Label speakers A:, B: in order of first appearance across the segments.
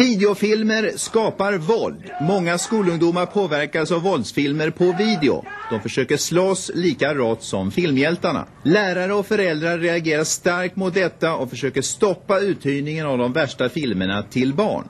A: Videofilmer skapar våld. Många skolungdomar påverkas av våldsfilmer på video. De försöker slåss lika rått som filmhjältarna. Lärare och föräldrar reagerar starkt mot detta och försöker stoppa uthyrningen av de värsta filmerna till barn.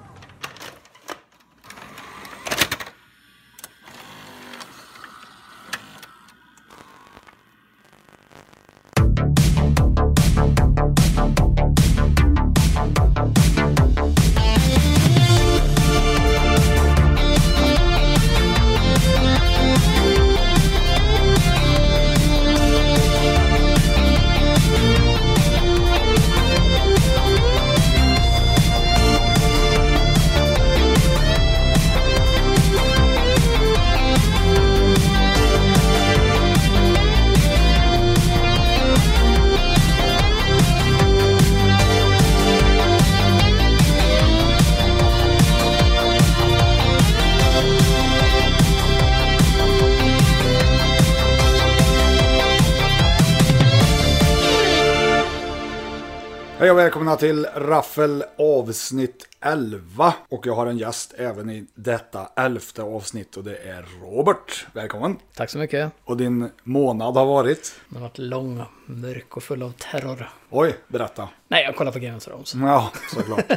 B: Hej och välkomna till Raffel avsnitt 11. Och jag har en gäst även i detta elfte avsnitt och det är Robert. Välkommen!
C: Tack så mycket.
B: Och din månad har varit?
C: Den har varit lång, mörk och full av terror.
B: Oj, berätta.
C: Nej, jag kollar på Game of Thrones.
B: Ja, såklart.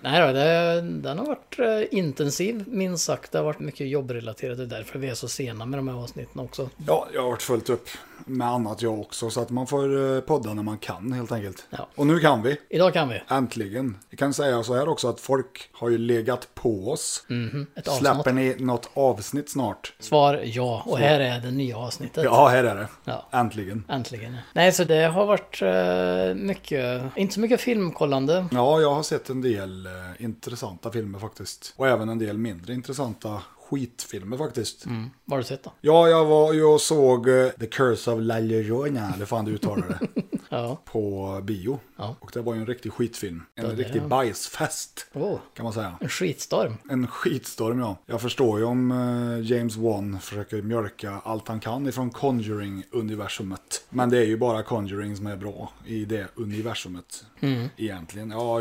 C: Nej då, det, den har varit eh, intensiv, minst sagt. Det har varit mycket jobbrelaterat. Det är därför vi är så sena med de här avsnitten också.
B: Ja, jag har varit fullt upp med annat jag också så att man får eh, podda när man kan helt enkelt.
C: Ja.
B: Och nu kan vi.
C: Idag kan vi.
B: Äntligen. Jag kan säga så här också att folk har ju legat på oss.
C: Mm. Ett avsnitt.
B: Släpper ni något avsnitt snart?
C: Svar ja. Och här är det nya avsnittet.
B: Ja, här är det.
C: Ja.
B: Äntligen.
C: Äntligen. Nej, så det har varit eh, mycket, inte så mycket filmkollande.
B: Ja, jag har sett en del eh, intressanta filmer faktiskt. Och även en del mindre intressanta skitfilmer faktiskt.
C: Vad har du sett då?
B: Ja, jag var ju och såg eh, The Curse of La Llorona, eller fan du uttalar det,
C: Ja.
B: på bio.
C: Ja.
B: Och det var ju en riktig skitfilm. En
C: det är
B: riktig
C: det.
B: bajsfest,
C: Oh,
B: kan man säga.
C: en skitstorm.
B: En skitstorm ja. Jag förstår ju om eh, James Wan försöker mjölka allt han kan ifrån Conjuring-universumet. Men det är ju bara Conjuring som är bra i det universumet. Egentligen. Ja,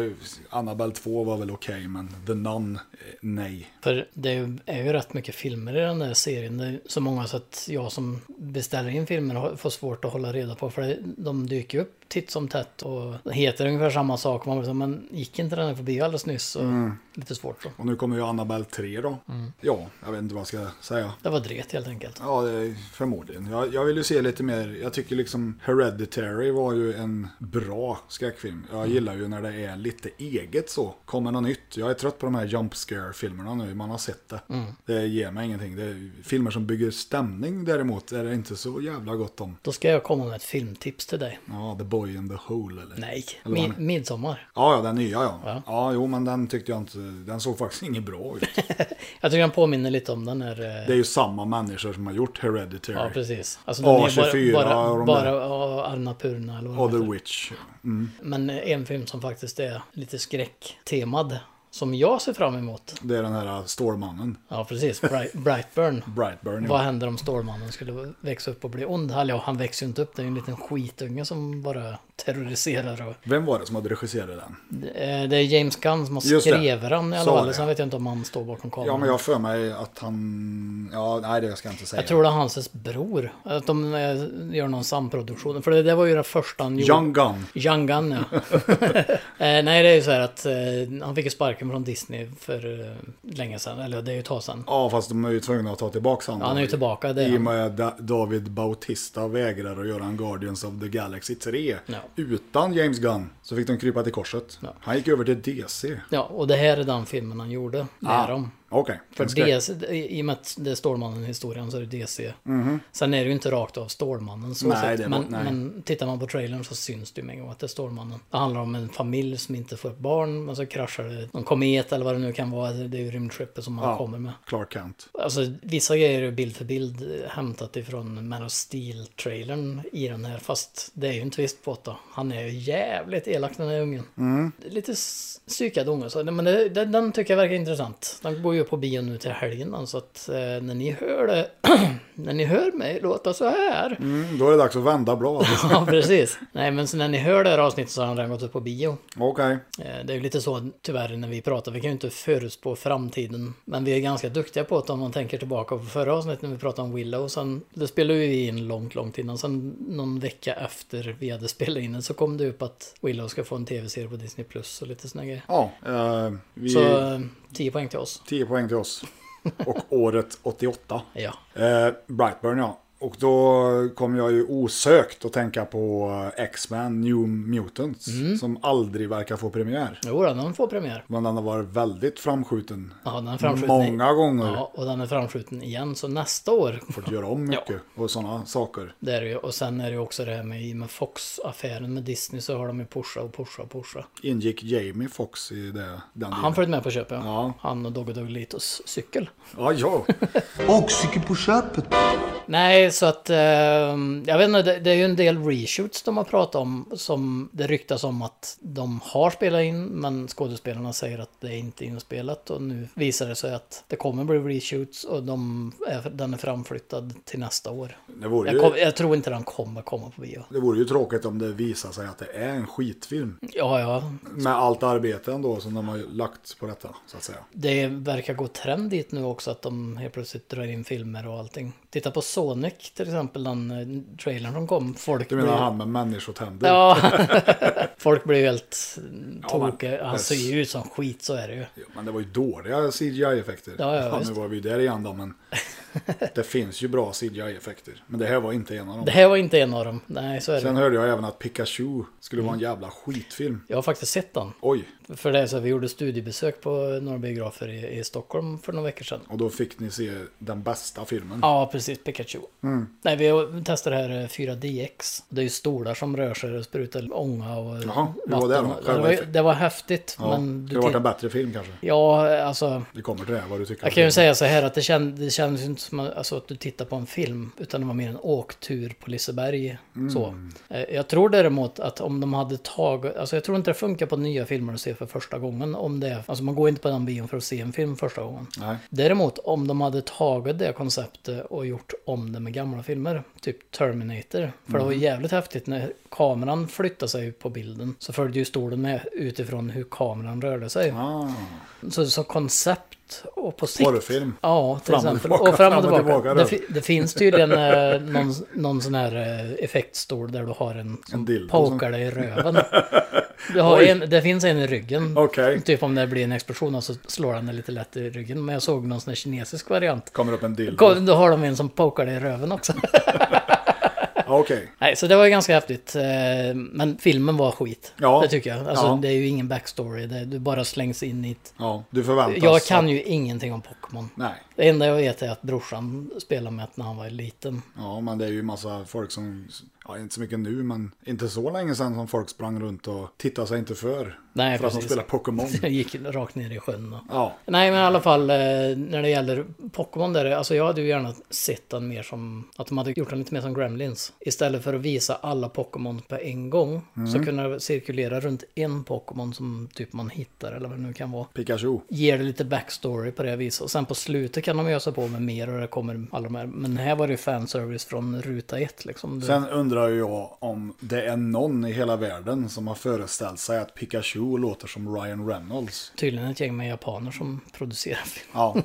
B: Annabelle 2 var väl okej, men The Nun, eh, nej.
C: För det är ju, är ju rätt mycket filmer i den där serien. Det är så många så att jag som beställer in filmer har- får svårt att hålla reda på. För det, de dyker ju upp titt som tätt och heter ungefär samma sak. Man blir så, men gick inte den här förbi alldeles nyss? Så
B: Mm.
C: Lite svårt då.
B: Och nu kommer ju Annabelle 3 då. Ja, jag vet inte vad jag ska säga.
C: Det var dret helt enkelt.
B: Ja, det är förmodligen. Jag, jag vill ju se lite mer. Jag tycker liksom Hereditary var ju en bra skräckfilm.
C: Mm.
B: Jag gillar ju när det är lite eget så. Kommer något nytt. Jag är trött på de här jump scare-filmerna nu. Man har sett det.
C: Mm.
B: Det ger mig ingenting. Det är filmer som bygger stämning däremot är det inte så jävla gott om.
C: Då ska jag komma med ett filmtips till dig.
B: Ja, The Boy in the Hole eller?
C: Nej,
B: Eller
C: mi-
B: vad han-
C: midsommar.
B: Ja, ja, den nya ja. ja.
C: Ja.
B: jo, men den tyckte jag inte. Den såg faktiskt inget bra ut.
C: Jag tycker den påminner lite om den här... eh,
B: Det är ju samma människor som har gjort Hereditary.
C: Ja, precis. Alltså,
B: A24
C: bara,
B: och de
C: bara,
B: där.
C: bara ja, Annapurna eller vad
B: Och
C: de heter.
B: The Witch.
C: Men en film som faktiskt är lite skräcktemad. Som jag ser fram emot.
B: Det är den här Stålmannen.
C: Ja, precis. Bright, Brightburn.
B: Brightburn. ja.
C: Vad händer om Stålmannen skulle växa upp och bli ond? Eller ja, han växer ju inte upp. Det är ju en liten skitunge som bara terroriserar. Och,
B: Vem var det som hade regisserat den?
C: Eh, det är James Gunn som har
B: Just det.
C: skrivit den i alla
B: Så
C: fall.
B: det.
C: Sen vet jag inte om han står bakom kameran.
B: Ja, men jag har för mig att han... Ja, nej, det ska jag inte säga.
C: Jag tror det är hans bror. Att de eh, gör någon samproduktion. För det, det var ju det första han gjorde.
B: Young Gun.
C: Young Gun, ja. eh, nej, det är ju så här att eh, han fick ju sparken från Disney för eh, länge sedan. Eller det är ju ett tag sedan.
B: Ja, fast de är ju tvungna att ta tillbaka honom.
C: Ja, han är ju tillbaka. Det är
B: I och
C: han.
B: med att Da- David Bautista vägrar att göra en Guardians of the Galaxy 3.
C: Ja.
B: Utan James Gunn så fick de krypa till korset.
C: Ja.
B: Han gick över till DC.
C: Ja, och det här är den filmen han gjorde. Det
B: Ah.
C: är de.
B: Okej.
C: För
B: En skräck-
C: DC, i i och med att det är Stålmannen-historien så är det DC. Sen är det ju inte rakt av Stålmannen så
B: Mhm. Nej,
C: sett,
B: det var-
C: men,
B: nej.
C: men tittar man på trailern så syns det ju med en gång att det är Stålmannen. Det handlar om en familj som inte får ett barn, men så kraschar det någon komet eller vad det nu kan vara. Det är ju rymdskeppet som man
B: Ja.
C: kommer med.
B: Clark Kent.
C: Alltså vissa grejer är bild för bild eh, hämtat ifrån Man of Steel-trailern i den här. Fast det är ju en twist på det. Han är ju jävligt elak den här ungen. Lite s- psykad unge. Så, nej, men det, den, den tycker jag verkar intressant. Den går ju på bio nu till helgen man, så att eh, när ni hör det, när ni hör mig låta så här.
B: Mm, då är det dags att vända blad.
C: Ja, precis. Nej, men så när ni hör det här avsnittet så har han redan gått upp på bio.
B: Okej.
C: Eh, Det är ju lite så tyvärr när vi pratar, vi kan ju inte förutspå framtiden. Men vi är ganska duktiga på det om man tänker tillbaka på förra avsnittet när vi pratade om Willow. Sen, det spelade vi in långt, långt innan. Sen någon vecka efter vi hade spelat in det så kom det upp att Willow ska få en tv-serie på Disney Plus och lite såna grejer.
B: Ja, eh, vi...
C: Så eh, 10 poäng till oss.
B: 10 poäng till oss. Och året 88.
C: Ja.
B: Eh, Brightburn ja. Och då kom jag ju osökt att tänka på eh, X-Men New Mutants.
C: Mm.
B: Som aldrig verkar få premiär.
C: Jo, då, den får premiär.
B: Men den har varit väldigt framskjuten.
C: Ja, den är framskjuten. i-
B: Många gånger.
C: Ja, och den är framskjuten igen. Så nästa år
B: Fått göra om mycket och sådana saker.
C: Det är det ju. Och sen är det ju också det här med, i och med Fox-affären med Disney så har de ju pusha och pusha och pusha.
B: Ingick Jamie Fox i det, den delen?
C: Han följde med på köpet.
B: Ja.
C: Han och Dogge Doggelitos cykel.
B: Ja, ja.
D: Och cykel på köpet.
C: Nej, så att eh, jag vet inte, det, det är ju en del reshoots de har pratat om som det ryktas om att de har spelat in, men skådespelarna säger att det är inte är inspelat och nu visar det sig att det kommer bli reshoots och de är, den är framflyttad till nästa år.
B: Det vore,
C: Jag, kom,
B: ju,
C: jag tror inte den kommer komma på bio.
B: det vore ju tråkigt om det visar sig att det är en skitfilm.
C: Ja, ja,
B: Med allt arbete ändå som de har lagt på detta, så att säga.
C: Det verkar gå trend dit nu också att de helt plötsligt drar in filmer och allting. Titta på Sonic till exempel, den eh, trailern som kom. Folk
B: Du menar
C: blir-
B: han med människotänder?
C: Ja, folk blir ju helt eh, tokiga. Han
B: det-
C: ser ju ut som skit, så är det ju.
B: Ja, Men det var ju dåliga CGI-effekter.
C: Ja, ja,
B: nu
C: visst.
B: var vi där igen då, men det finns ju bra CGI-effekter. Men det här var inte en av dem.
C: Det här var inte en av dem. Nej, så är
B: Sen
C: det. Mm.
B: hörde jag även att Pikachu skulle vara en jävla skitfilm.
C: Jag har faktiskt sett den.
B: Oj,
C: För det är så att vi gjorde studiebesök på några biografer i, i Stockholm för några veckor sedan.
B: och då fick ni se den bästa filmen.
C: Ja, precis. Pikachu.
B: Mm.
C: Nej, vi har- testar det här eh, 4DX. Det är ju stolar som rör sig och sprutar ånga och
B: Jaha, hur var det då?
C: vatten.
B: Själva
C: var, ju-
B: effekten?
C: det var häftigt,
B: Ja,
C: men...
B: det
C: Du
B: har varit
C: ti-
B: en bättre film kanske.
C: ja, alltså...
B: Vi kommer till det, vad du tycker.
C: Jag kan ju säga så här att det, känd, det kändes ju inte som att- alltså, att du tittar på en film. Utan det var mer en åktur på Liseberg. Så.
B: Mm.
C: Eh, Jag tror däremot att om de hade tagit... Alltså jag tror inte det funkar på nya filmer att se för första gången. Om det, är- alltså man går inte på den bion för att se en film första gången.
B: Nej.
C: Däremot om de hade tagit det konceptet och gjort om det med gamla filmer. Typ Terminator. För det var
B: Mm.
C: ju jävligt häftigt när kameran flyttade sig på bilden. Så följde ju stolen med utifrån hur kameran rörde sig.
B: Ah,
C: Så, så koncept och på sikt.
B: Porrfilm.
C: Ja, till
B: Fram och
C: exempel.
B: tillbaka,
C: och fram och
B: då.
C: tillbaka. det, fi- det finns tydligen eh, någon, någon sån här eh, effektstol där du har en som
B: dildo
C: pokar dig i röven. Du har
B: Oj.
C: en, det finns en i ryggen.
B: Okej.
C: Typ om det blir en explosion och så slår den dig lite lätt i ryggen. Men jag såg någon sån här kinesisk variant.
B: Kommer upp en dildo.
C: Ko- Då har de en som pokar dig i röven också.
B: Ja, Ah, Okej.
C: Nej, så det var ju ganska häftigt. eh, Men filmen var skit.
B: Ja.
C: Det tycker jag. Alltså
B: Ja.
C: det är ju ingen backstory. Det, du bara slängs in i ett...
B: Ja, du förväntas.
C: Jag kan
B: att-
C: ju ingenting om Pokémon.
B: Nej.
C: Det enda jag vet är att brorsan spelade med det när han var liten.
B: Ja, men det är ju massa folk som, ja inte så mycket nu, men inte så länge sedan som folk sprang runt och tittade sig inte för.
C: Nej,
B: för att de
C: precis.
B: spelar Pokémon.
C: Jag gick rakt ner i sjön. Och...
B: Ja,
C: Nej, men i alla fall eh, när det gäller Pokémon där, alltså jag hade ju gärna sett den mer som, att de hade gjort den lite mer som Gremlins. Istället för att visa alla Pokémon på en gång, så
B: Mm.
C: kunde det cirkulera runt en Pokémon som typ man hittar eller vad det nu kan vara.
B: Pikachu.
C: Ger det lite backstory på det viset. Och sen på slutet kan de ösa på med mer och det kommer alla de här. Men här var det ju fanservice från ruta ett liksom. Du-
B: Sen undrar ju jag om det är någon i hela världen som har föreställt sig att Pikachu låter som Ryan Reynolds.
C: Tydligen ett gäng med japaner som producerar film.
B: Ja,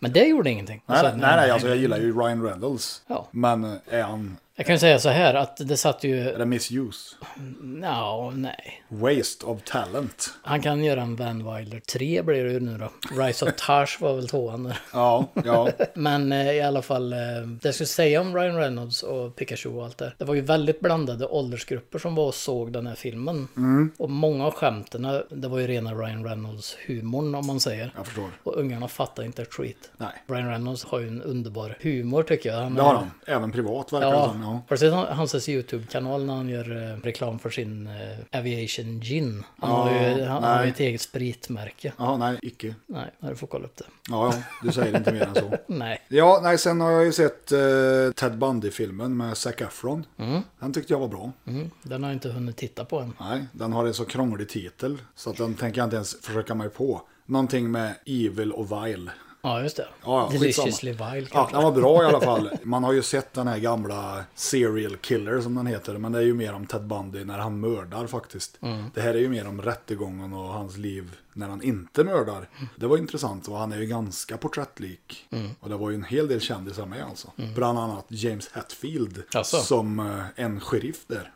C: Men det gjorde ingenting.
B: nej,
C: Alltså,
B: nej, nej, alltså jag gillar ju Ryan Reynolds.
C: Ja.
B: Men eh, är han,
C: Jag kan ju säga så här att det satt
B: är
C: ju...
B: det misuse?
C: Nja, nej.
B: Waste of talent.
C: Han kan göra en Van Wilder 3 blir det ju nu då. Rise of Tash var väl tvåan där.
B: Ja, ja.
C: Men eh, i alla fall, eh, det jag skulle säga om Ryan Reynolds och Pikachu och allt det. Det var ju väldigt blandade åldersgrupper som var och såg den här filmen.
B: Mm.
C: Och många av skämten, det var ju rena Ryan Reynolds-humorn om man säger.
B: Jag förstår.
C: Och ungarna fattar inte ett skit.
B: Nej.
C: Ryan Reynolds har ju en underbar humor tycker jag. Han
B: Det
C: är-
B: har han. Även privat verkar det
C: Ja,
B: som. Ja.
C: har du sett hans YouTube-kanal när han gör eh, reklam för sin eh, Aviation Gin? Han, har ju, han, han har ju
B: nej.
C: ett eget spritmärke.
B: Jaha, nej, icke.
C: Nej, du får kolla upp det.
B: Ja, ja, du säger inte mer än så.
C: Nej.
B: Ja, nej, sen har jag ju sett eh, Ted Bundy-filmen med Zac Efron. Den tyckte jag var bra.
C: Mm, den har jag inte hunnit titta på än.
B: Nej, den har en så krånglig titel så att den tänker jag inte ens försöka mig på. Någonting med Evil och Vile.
C: Ja, just det.
B: Ja, ja,
C: Deliciously
B: skitsamma.
C: Wild
B: Ja,
C: kanske.
B: den var bra i alla fall. Man har ju sett den här gamla Serial Killer som den heter. Men det är ju mer om Ted Bundy när han mördar faktiskt.
C: Mm.
B: Det här är ju mer om rättegången och hans liv när han inte mördar. Det var intressant och han är ju ganska porträttlik.
C: Mm.
B: Och det var ju en hel del kändisar med alltså. Bland annat James Hetfield
C: Jaså?
B: som eh, en sheriff där.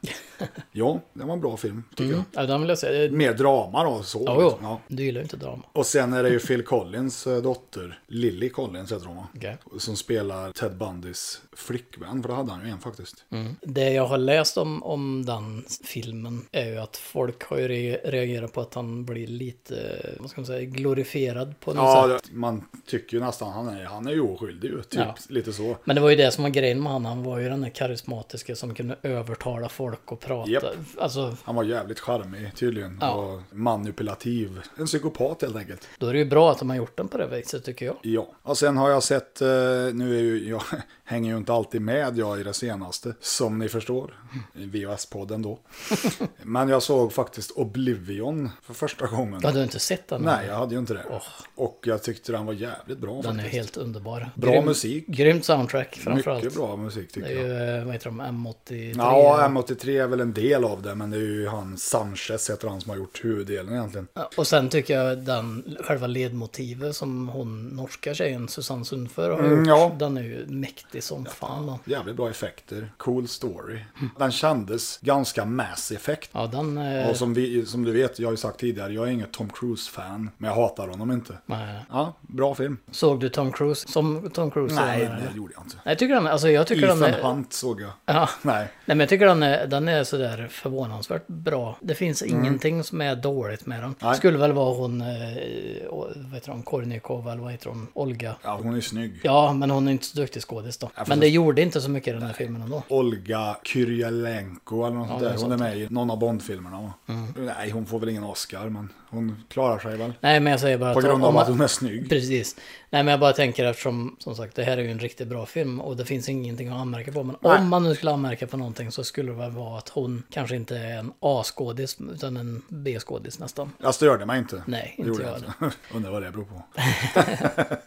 B: ja, det var en bra film tycker jag.
C: Ja, den vill jag se. Eh,
B: Mer drama då. Så,
C: Mm. Ja, jo.
B: liksom, Mm. ja.
C: Du gillar ju inte drama.
B: Och sen är det ju Phil Collins eh, dotter, Lily Collins heter hon va?
C: Okej.
B: Som spelar Ted Bundys flickvän, för det hade han ju en faktiskt.
C: Mm. Det jag har läst om, om den filmen är ju att folk har ju re- reagerat på att han blir lite, vad ska man säga, glorifierad på något
B: Ja,
C: sätt.
B: det- man tycker ju nästan han är, han är ju oskyldig ju, typ
C: Ja.
B: lite så.
C: Men det var ju det som var grejen med han. Han var ju den där karismatiska som kunde övertala folk och prata.
B: Japp.
C: Alltså,
B: Han var jävligt charmig tydligen
C: Ja.
B: och manipulativ. En psykopat helt enkelt.
C: då är det ju bra att de har gjort den på det viset tycker jag.
B: Ja, och sen har jag sett, eh, nu är ju, jag hänger ju inte alltid med jag i det senaste, som ni förstår, i
C: Mm.
B: VHS-podden då. Men jag såg faktiskt Oblivion för första gången.
C: Jag hade ju inte sett den.
B: Nej, jag hade ju inte det.
C: Åh.
B: Och jag tyckte den var jävligt bra
C: Den är
B: faktiskt.
C: helt underbar.
B: Bra musik.
C: Grymt soundtrack framförallt.
B: Mycket bra musik tycker
C: Det är
B: jag.
C: ju, eh, vad heter de, M83?
B: Ja, M83 är väl en del av det, men det är ju han Sanchez heter han som har gjort huvuddelen egentligen.
C: Ja, Och sen tycker jag den själva ledmotivet som hon norska tjejen Susanne Sundför har
B: Mm,
C: gjort.
B: ja.
C: Den är ju mäktig som fan. då.
B: Jävligt bra effekter, cool story.
C: Hm.
B: Den kändes ganska mass effect.
C: Ja, den... eh,
B: Och som, vi, som du vet, jag har ju sagt tidigare, jag är inget Tom Cruise-fan, men jag hatar honom inte.
C: nej.
B: Ja, bra film.
C: Såg du Tom Cruise som Tom Cruise?
B: Nej,
C: eller?
B: det gjorde jag inte.
C: Nej, jag tycker den, alltså jag tycker
B: Ethan
C: den är...
B: Hunt såg jag.
C: Ja.
B: Nej.
C: Nej, men jag tycker den är, den är sådär förvånansvärt bra. Det finns ingenting som är dåligt med den.
B: Mm. Nej.
C: Skulle väl vara hon, eh, och- vad heter hon, Kornikova eller vad heter hon, Olga.
B: Ja, hon är snygg.
C: Ja, men hon är inte så duktig skådis då.
B: fast-
C: Men det gjorde inte så mycket i den här filmen ändå.
B: Olga Kyrjalenko eller något sånt
C: det är
B: där. Hon är med i någon av Bondfilmerna. va? Nej, hon får väl ingen Oscar, men hon klarar sig väl.
C: Nej, men jag säger bara
B: På
C: att...
B: grund
C: om
B: av
C: man-
B: att hon är snygg.
C: Precis. Nej men jag bara tänker eftersom, som sagt, det här är ju en riktigt bra film och det finns ingenting att anmärka på. Men
B: Nej.
C: om man nu skulle anmärka på någonting så skulle det väl vara att hon kanske inte är en A-skådis utan en B-skådis nästan.
B: Jag störde mig inte.
C: Nej,
B: Det
C: inte
B: gjorde
C: jag
B: inte. Undrar vad det beror på.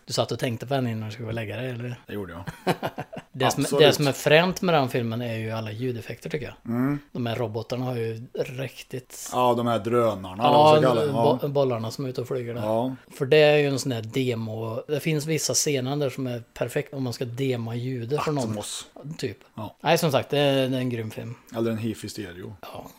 C: Du satt och tänkte på henne innan du skulle lägga dig eller?
B: Det gjorde jag.
C: Det som,
B: Absolut.
C: det som är fränt med den filmen är ju alla ljudeffekter tycker jag.
B: Mm.
C: De här robotarna har ju riktigt...
B: Ja, de här drönarna eller vad
C: Ja,
B: man ska kalla dem.
C: bo-
B: Ja.
C: bollarna som är ute och flyger där.
B: Ja.
C: För det är ju en sån här demo. Det finns vissa scener där som är perfekt om man ska dema ljudet för någon.
B: Atmos.
C: Typ.
B: Ja.
C: Nej, som sagt, det är, det är en grym film.
B: Eller en hifi stereo.
C: Ja.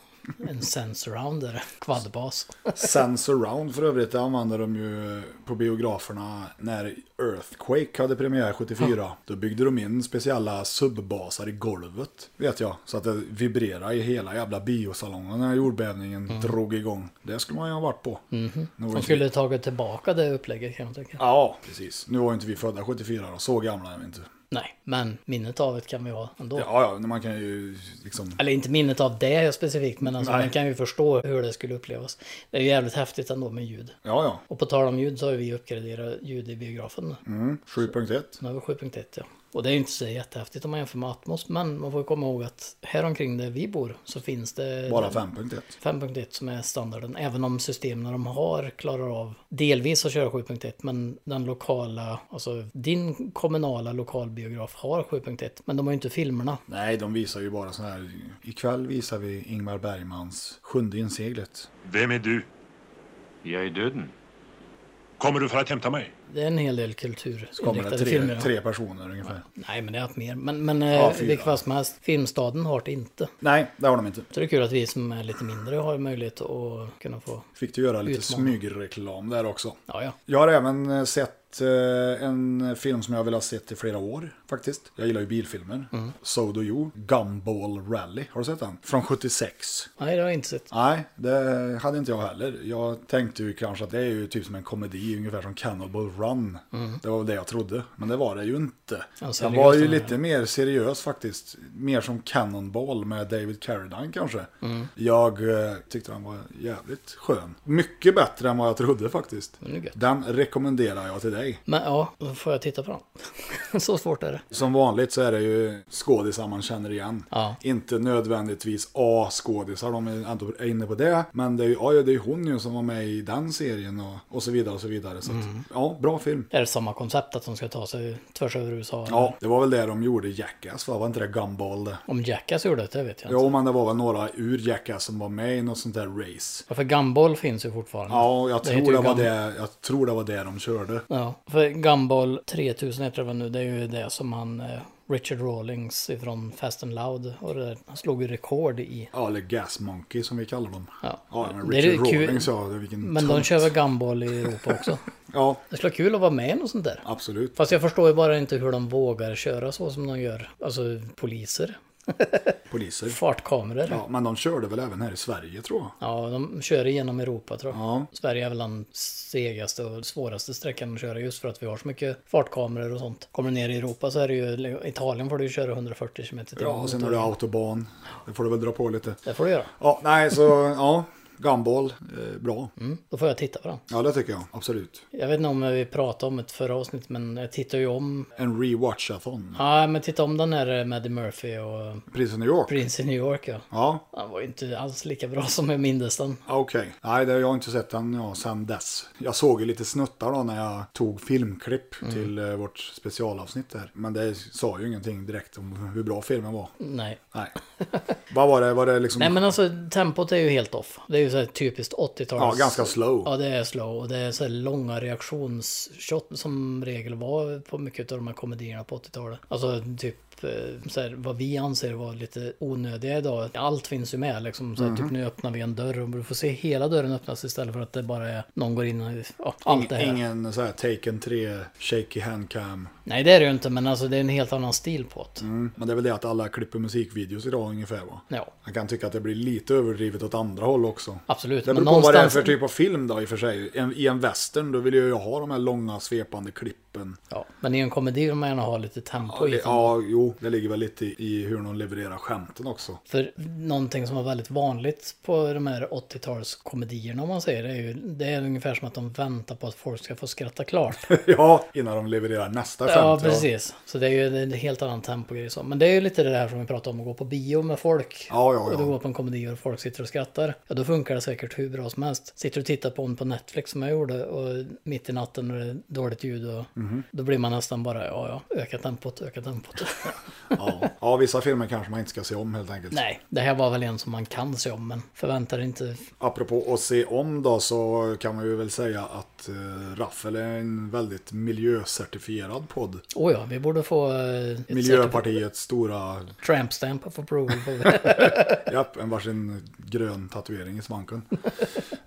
C: En sense around där. Quadbas.
B: Sensurround för övrigt, det använde de ju eh, på biograferna när Earthquake hade premiär 74. Då byggde de in speciella subbasar i golvet, vet jag. Så att det vibrerade i hela jävla biosalongen när jordbävningen drog igång. Det skulle man ju ha varit på. Nu var
C: Mm. Mhm. De
B: inte-
C: skulle tagit tillbaka det upplägget kan jag tycka.
B: Ja, precis. Nu var ju inte vi födda 74 då, så gamla är vi inte.
C: Nej, men minnet av det kan vi ha ändå.
B: Ja, ja, man kan ju liksom...
C: Eller inte minnet av det specifikt, men alltså,
B: Nej.
C: man kan ju förstå hur det skulle upplevas. Det är ju jävligt häftigt ändå med ljud.
B: Ja, ja.
C: Och på tal om ljud så har ju vi uppgraderat ljud i biografen. nu.
B: Mm, 7.1.
C: Nu har vi 7.1 ja. Och det är ju inte så jättehäftigt om man jämför med Atmos, men man får ju komma ihåg att här omkring där vi bor så finns det...
B: Bara 5.1.
C: 5.1 som är standarden, även om systemen de har klarar av delvis att köra 7.1, men den lokala, alltså din kommunala lokalbiograf har 7.1, men de har ju inte filmerna.
B: Nej, de visar ju bara sån här... Ikväll visar vi Ingmar Bergmans Sjunde inseglet.
E: Vem är du?
F: Jag är döden.
E: Kommer du för att hämta mig?
C: Det är en hel del
B: Kommer det
C: kulturinriktade filmer.
B: tre,
C: ja.
B: tre personer ungefär.
C: Nej, men det är allt mer. Men, eh, men
B: Ja,
C: ja,
B: fyra.
C: vilket fall som helst, Filmstaden har det inte.
B: Nej, det har de inte.
C: Så det är kul att vi som är lite mindre har möjlighet att kunna få,
B: Fick du göra lite
C: Utmaning.
B: smygreklam där också.
C: ja ja.
B: Jag har även eh, sett eh, en film som jag vill ha sett i flera år faktiskt. Jag gillar ju bilfilmer.
C: Mm.
B: So do you. Gumball Rally. Har du sett den? Från 76.
C: Nej, det har jag inte sett.
B: Nej, det hade inte jag heller. Jag tänkte ju kanske att det är ju typ som en komedi, ungefär som Cannibal Run.
C: Mm.
B: Det var väl det jag trodde, men det var det ju inte.
C: Alltså,
B: den
C: seriös
B: var ju
C: den här.
B: lite mer seriös faktiskt. Mer som Cannonball med David Carradine kanske.
C: Mm.
B: Jag eh, tyckte den var jävligt skön. Mycket bättre än vad jag trodde faktiskt.
C: Men det är gött.
B: Den rekommenderar jag till dig sig.
C: Men ja, då får jag titta på dem. så svårt är det.
B: Som vanligt så är det ju skådisar man känner igen.
C: Ja.
B: Inte nödvändigtvis A-skådisar, de är ändå är inne på det. Men det är ju, ja, det är ju hon ju som var med i den serien och, och så vidare och så vidare. Så
C: Mm.
B: att, ja, bra film.
C: Är det samma koncept att de ska ta sig tvärs över USA? eller?
B: Ja, det var väl det de gjorde i Jackass, va? Var inte det Gumball det?
C: Om Jackass gjorde det, det vet jag inte.
B: Jo, men det var väl några ur Jackass som var med i något sånt där race.
C: Ja, För Gumball finns ju fortfarande.
B: Ja, och jag
C: heter
B: tror,
C: ju
B: det var
C: Gumball.
B: det, jag tror det var det de körde.
C: Ja, för Gumball 3000 heter det väl nu, det är ju det som han eh, Richard Rawlings ifrån Fast and Loud och det där, han slog ju rekord i.
B: Ja, eller Gas Monkey som vi kallar dem.
C: Ja.
B: men
C: Det är ju
B: Richard
C: kul-
B: Rawlings, ja. det är Vilken
C: Men de
B: tönt.
C: kör väl Gumball i Europa också.
B: Ja,
C: Det skulle vara kul att vara med i något sånt där.
B: absolut.
C: Fast jag förstår ju bara inte hur de vågar köra så som de gör. Alltså poliser,
B: Poliser.
C: fartkameror. Ja.
B: Ja, men de körde väl även här i Sverige tror jag.
C: de kör igenom Europa tror jag.
B: Ja.
C: Sverige är väl den segaste och svåraste sträckan att köra just för att vi har så mycket fartkameror och sånt. Kommer du ner i Europa så är det ju, Italien får du ju köra 140 km i timmen.
B: Ja, och sen har du autobahn. Det får du väl dra på lite.
C: Det får du göra.
B: Ja, nej, så ja. Gumball, eh, bra.
C: Då får jag titta på den.
B: Ja, det tycker jag. Absolut.
C: Jag vet inte om vi pratade om det förra avsnittet, men jag tittar ju om...
B: En rewatchathon.
C: Ja, men titta om den här eh, Maddie Murphy och
B: Pris i New York.
C: Prince i New York, ja.
B: Ja,
C: Den var ju inte alls lika bra som jag mindes den.
B: ja, okej. Nej, det, jag har inte sett den ja, sen dess. Jag såg ju lite snuttar då när jag tog filmklipp
C: Mm.
B: till eh, vårt specialavsnitt där. Men det sa ju ingenting direkt om hur bra filmen var.
C: Nej.
B: Nej. Vad var det? Var det liksom...
C: Mm. Nej, men alltså tempot är ju helt off. Det är ju så här typiskt 80-tals...
B: Ja, ganska slow.
C: Ja, det är slow. Och det är så här långa reaktionsshots som regel var på mycket av de här komedierna på 80-talet. Alltså typ eh, så här, vad vi anser var lite onödiga idag. Allt finns ju med liksom. Så här,
B: Mhm.
C: Typ nu öppnar vi en dörr och du får se hela dörren öppnas istället för att det bara är någon går in och ja, allt det här.
B: Ingen så här Taken 3, Shaky Hand Cam.
C: Nej, det är det ju inte, men alltså det är en helt annan stil på det.
B: Mm. Men det är väl det att alla klipper musikvideos idag ungefär va?
C: Ja,
B: Man kan tycka att det blir lite överdrivet åt andra håll också.
C: absolut.
B: Det
C: men
B: beror på vad det är
C: någonstans...
B: för typ av film då i och för sig. En, I en western då vill jag ju ha de här långa svepande klippen.
C: Ja, men i en komedi vill man gärna ha lite tempo i.
B: Ja, jo, det ligger väl lite i- i hur de levererar skämten också.
C: För någonting som var väldigt vanligt på de här 80-talskomedierna om man säger det är ju, det är ungefär som att de väntar på att folk ska få skratta klart.
B: ja, innan de levererar nästa skämt.
C: ja, precis. Så det är ju en helt annan tempogrej så. Men det är ju lite det här som vi pratade om, att gå på bio med folk.
B: Ja, ja,
C: Och
B: ja.
C: du går på en komedi och folk sitter och skrattar. Ja, då funkar det säkert hur bra som helst. Sitter du och tittar på en på Netflix som jag gjorde och mitt i natten och det är dåligt ljud och
B: Mhm.
C: då blir man nästan bara, ja, ja, öka tempot, öka tempot.
B: Ja. ja, vissa filmer kanske man inte ska se om helt enkelt.
C: Nej, det här var väl en som man kan se om, men förväntar inte
B: Apropå att se om då så kan man ju väl säga att eh, Raffel är en väldigt miljöcertifierad podd.
C: Åh ja, vi borde få eh, ett certifikat-
B: Miljöpartiets stora,
C: tramp stamp of approval på det.
B: japp, en varsin grön tatuering i svanken.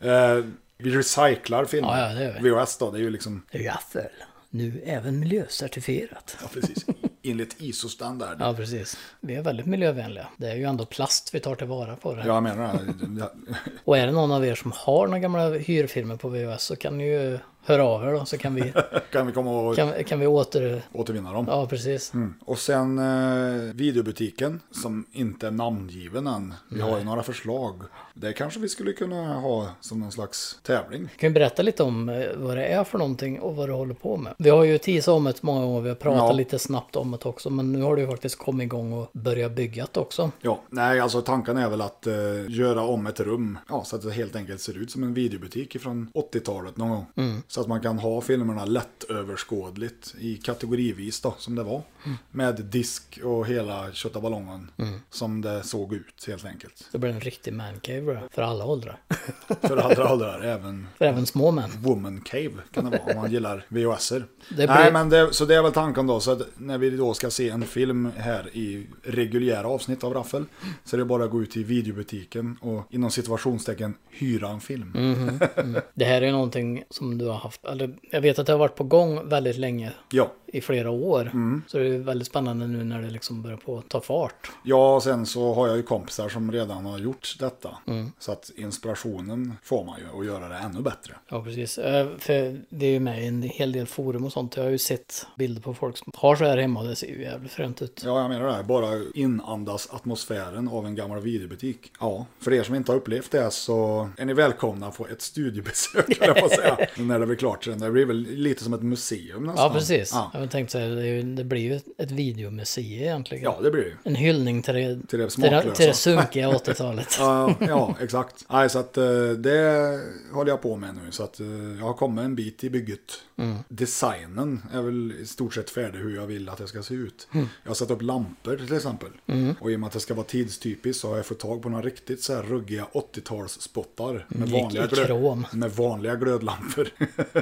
B: Eh, vi recyclar filmer.
C: Ja, ja, det gör vi.
B: VHS då, det är ju liksom,
C: Raffel, nu även miljöcertifierat.
B: ja, precis, enligt ISO-standard. Ja.
C: Ja, precis. Vi är väldigt miljövänliga. Det är ju ändå plast vi tar tillvara på det.
B: Jag menar det. Ja,
C: Och är det någon av er som har några gamla hyrfilmer på VHS så kan ni ju höra av er då, så kan vi,
B: Kan vi komma och
C: kan, kan vi åter...
B: återvinna dem?
C: Ja, precis.
B: Och sen eh, videobutiken som inte är namngiven än. Vi har ju några förslag. Det kanske vi skulle kunna ha som någon slags tävling.
C: Kan du berätta lite om eh, vad det är för någonting och vad du håller på med? Vi har ju teasat om det många gånger, vi har pratat
B: Ja.
C: lite snabbt om det också, men nu har du ju faktiskt kommit igång och börjat bygga det också.
B: Ja, nej alltså tanken är väl att eh, göra om ett rum. Ja, så att det helt enkelt ser ut som en videobutik från 80-talet någon gång. Så att man kan ha filmerna lättöverskådligt i kategorivis då, som det var. Med disk och hela köttaballongen. Som det såg ut helt enkelt.
C: Det blir en riktig mancave då, för alla åldrar.
B: För alla åldrar, även
C: För även små män.
B: Woman Cave kan det vara om man gillar VHSer.
C: Det
B: Nej,
C: blir-
B: men det, så det är väl tanken då. Så att när vi då ska se en film här i reguljära avsnitt av Raffel så är det bara att gå ut i videobutiken och inom situationstecken hyra en film.
C: Det här är någonting som du har haft, eller jag vet att det har varit på gång väldigt länge.
B: Ja,
C: i flera år.
B: Mm.
C: Så det är väldigt spännande nu när det liksom börjar på att ta fart.
B: Ja, och sen så har jag ju kompisar som redan har gjort detta. Så att inspirationen får man ju och göra det ännu bättre.
C: Ja, precis. Eh, För det är ju med i en hel del forum och sånt. Jag har ju sett bilder på folk som har så här hemma och det ser ju jävligt fränt ut.
B: Ja, jag menar det. Här. Bara inandas atmosfären av en gammal videobutik. Ja, för er som inte har upplevt det så är ni välkomna på ett studiebesök, höll jag på att säga. När det blir klart. sen. Det blir väl lite som ett museum nästan.
C: Ja, precis.
B: Ja,
C: Jag tänkte säga, det, är ju- det blir ju ett videomuseum egentligen.
B: ja det blir det ju.
C: En hyllning till det,
B: Till det
C: till det,
B: smaklösa.
C: till det sunkiga 80-talet.
B: Ja, ja, exakt. Nej, så att eh, det håller jag på med nu. Så att eh, jag har kommit en bit i bygget. Designen är väl i stort sett färdig hur jag vill att det ska se ut. Jag har satt upp lampor till exempel. Och i och med att det ska vara tidstypiskt så har jag fått tag på några riktigt så här ruggiga 80-talsspottar. Med,
C: I-
B: vanliga
C: i krom.
B: glöd- med vanliga glödlampor.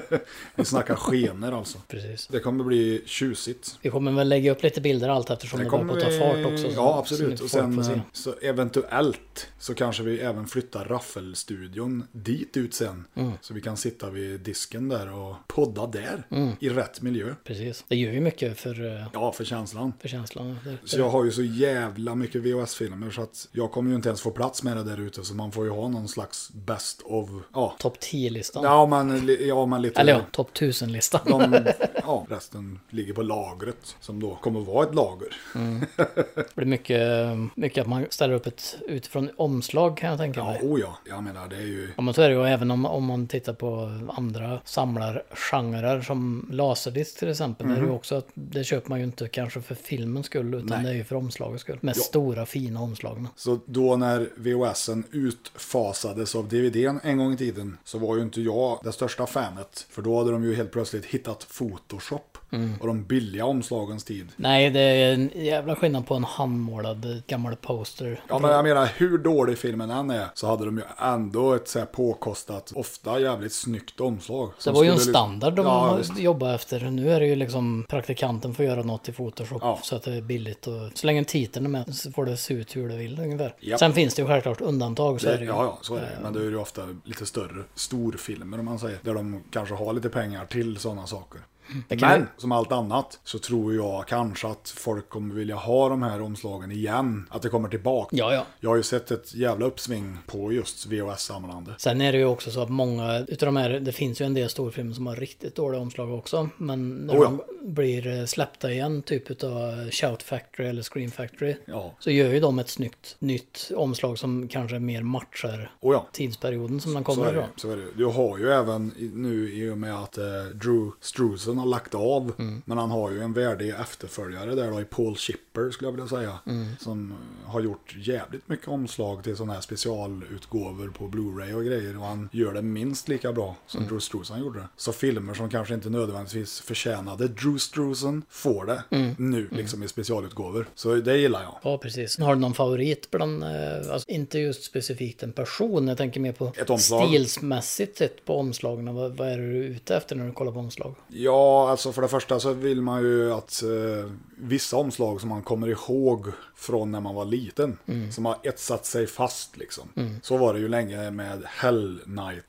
B: Vi snackar skener alltså.
C: Precis.
B: Det kommer bli tjusigt.
C: Vi kommer väl lägga upp lite bilder allt eftersom det,
B: Det
C: börjar på
B: kommer
C: att ta
B: vi-
C: fart också. så-
B: Ja,
C: så ni
B: absolut. Och
C: folk
B: sen
C: får se.
B: eh, så eventuellt så kanske vi även flyttar raffelstudion dit ut sen.
C: Mm.
B: Så vi kan sitta vid disken där och podda där
C: Mm.
B: i rätt miljö.
C: Precis. Det gör ju mycket för, eh,
B: Ja, för känslan.
C: för känslan. Det-
B: Så jag har ju så jävla mycket VHS-filmer så att jag kommer ju inte ens få plats med det där ute. Så man får ju ha någon slags best of... Ja,
C: Topp 10-listan.
B: ja men, li- ja, men lite...
C: Eller ja, topp 1000-listan.
B: de, ja, resten ligger på lagret som då kommer vara ett lager.
C: Det blir mycket, eh, mycket att man ställer upp ett utifrån omslag kan jag tänka
B: Ja,
C: mig.
B: oh ja. Jag menar, det är ju...
C: Ja men så är det ju även om, om man tittar på andra samlargenrer som laserdisk till exempel. Där är det ju också att det köper man ju inte kanske för filmens skull utan
B: Mhm. Nej.
C: det är ju för omslagets skull. Med stora fina omslag.
B: Så då när VHSen utfasades av DVDn en gång i tiden så var ju inte jag det största fanet. För då hade de ju helt plötsligt hittat Photoshop
C: Mm.
B: och de billiga omslagens tid.
C: Nej det är en jävla skillnad på en handmålad gammal poster.
B: Ja men jag menar hur dålig filmen än är så hade de ju ändå ett så här påkostat, ofta jävligt snyggt omslag.
C: Det
B: som
C: var ju en
B: skulle- liksom-
C: standard de
B: ja,
C: ja,
B: visst.
C: jobbade efter. Nu är det ju liksom praktikanten får göra något i Photoshop så att det är billigt. Och, så länge titeln är med så får det se ut hur du vill ungefär.
B: Japp.
C: Sen finns det ju självklart undantag. Så
B: Det,
C: är det ju. Eh.
B: ja, ja, så är det. Men det är ju ofta lite större storfilmer om man säger. Där de kanske har lite pengar till sådana saker.
C: Mm. kan
B: Men
C: ju-
B: som allt annat så tror jag kanske att folk kommer vilja ha de här omslagen igen. Att det kommer tillbaka.
C: ja, ja.
B: Jag har ju sett ett jävla uppsving på just VHS-samlande.
C: Sen är det ju också så att många utav de här, det finns ju en del storfilmer som har riktigt dåliga omslag också. Men när
B: Oh ja.
C: de blir eh, släppta igen, typ utav Shout Factory eller Scream Factory.
B: Ja.
C: Så gör ju de ett snyggt nytt omslag som kanske mer matchar
B: Oh ja.
C: tidsperioden som den
B: Så
C: kommer
B: är,
C: ifrån.
B: det, så är det. Du har ju även i- nu i och med att eh, Drew Struzan har lagt av.
C: Mm.
B: Men han har ju en värdig efterföljare där då i Paul Shipper skulle jag vilja säga.
C: Mm.
B: Som har gjort jävligt mycket omslag till sådana här specialutgåvor på Blu-ray och grejer. Och han gör det minst lika bra som
C: Mm.
B: Drew Struzan gjorde det. Så filmer som kanske inte nödvändigtvis förtjänade Drew Struzan får det
C: Mm.
B: nu liksom i specialutgåvor. Så det gillar jag.
C: Ja, precis. Har du någon favorit bland, eh, alltså inte just specifikt en person, jag tänker mer på
B: Ett omslag.
C: stilsmässigt sett på omslagen. Vad, vad är du ute efter när du kollar på omslag?
B: Ja, alltså för det första så vill man ju att eh, vissa omslag som man kommer ihåg från när man var liten, som har etsat sig fast liksom. Så var det ju länge med Hell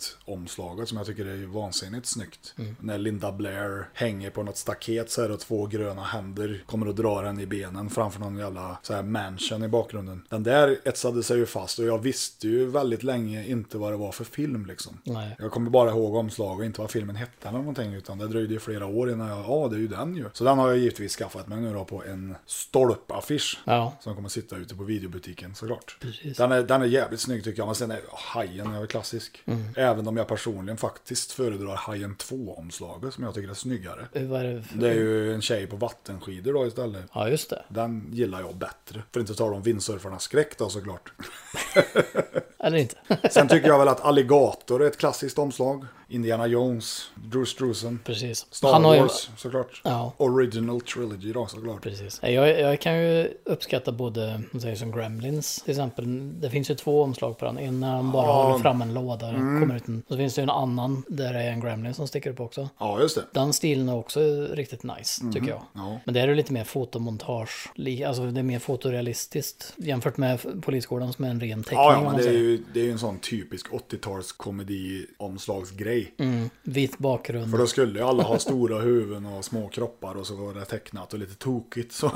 B: Knight-omslaget som jag tycker är vansinnigt snyggt. När Linda Blair hänger på något staket så här och två gröna händer kommer och drar henne i benen framför någon jävla så här mansion i bakgrunden. Den där etsade sig ju fast och jag visste ju väldigt länge inte vad det var för film liksom.
C: Nej.
B: Jag kommer bara ihåg omslag och inte vad filmen hette eller någonting utan det dröjde ju flera år innan jag, ja det är ju den ju. Så den har jag givetvis skaffat mig nu då på en stolpaffisch.
C: Ja.
B: Som kommer sitta ute på videobutiken såklart. Den är, den är jävligt snygg tycker jag men sen är ja, Hajen är väl klassisk. Även om jag personligen faktiskt föredrar Hajen 2-omslaget som jag tycker är snyggare.
C: Eh, Vad är det för...
B: Det är ju en tjej på vattenskidor då istället.
C: Ja, just det.
B: Den gillar jag bättre. För inte tala om vindsurfarnas skräck då såklart.
C: Eller inte.
B: Sen tycker jag väl att Alligator är ett klassiskt omslag. Indiana Jones, Drew Struzan.
C: precis.
B: Star
C: Han har ju-
B: Wars såklart.
C: Ja.
B: Original Trilogy då såklart.
C: Precis. Nej, Jag, jag kan ju uppskatta både, om man säger som Gremlins till exempel. Det finns ju två omslag på den. En när han bara håller fram en låda och
B: Mm.
C: kommer ut en. Så finns det ju en annan där det är en Gremlin som sticker upp också.
B: Ja, just det.
C: Den stilen är också riktigt nice tycker jag.
B: Mhm. ja.
C: Men det är ju lite mer fotomontage. li- Alltså det är mer fotorealistiskt jämfört med Polisgården som är en ren teckning.
B: Ja, ja,
C: om
B: men
C: man
B: det är
C: säger.
B: ju ju, det är ju en sån typisk 80-tals komedi-omslagsgrej.
C: Mm. Vit bakgrund.
B: För då skulle ju alla ha stora huvuden och små kroppar och så var det tecknat och lite tokigt. Så.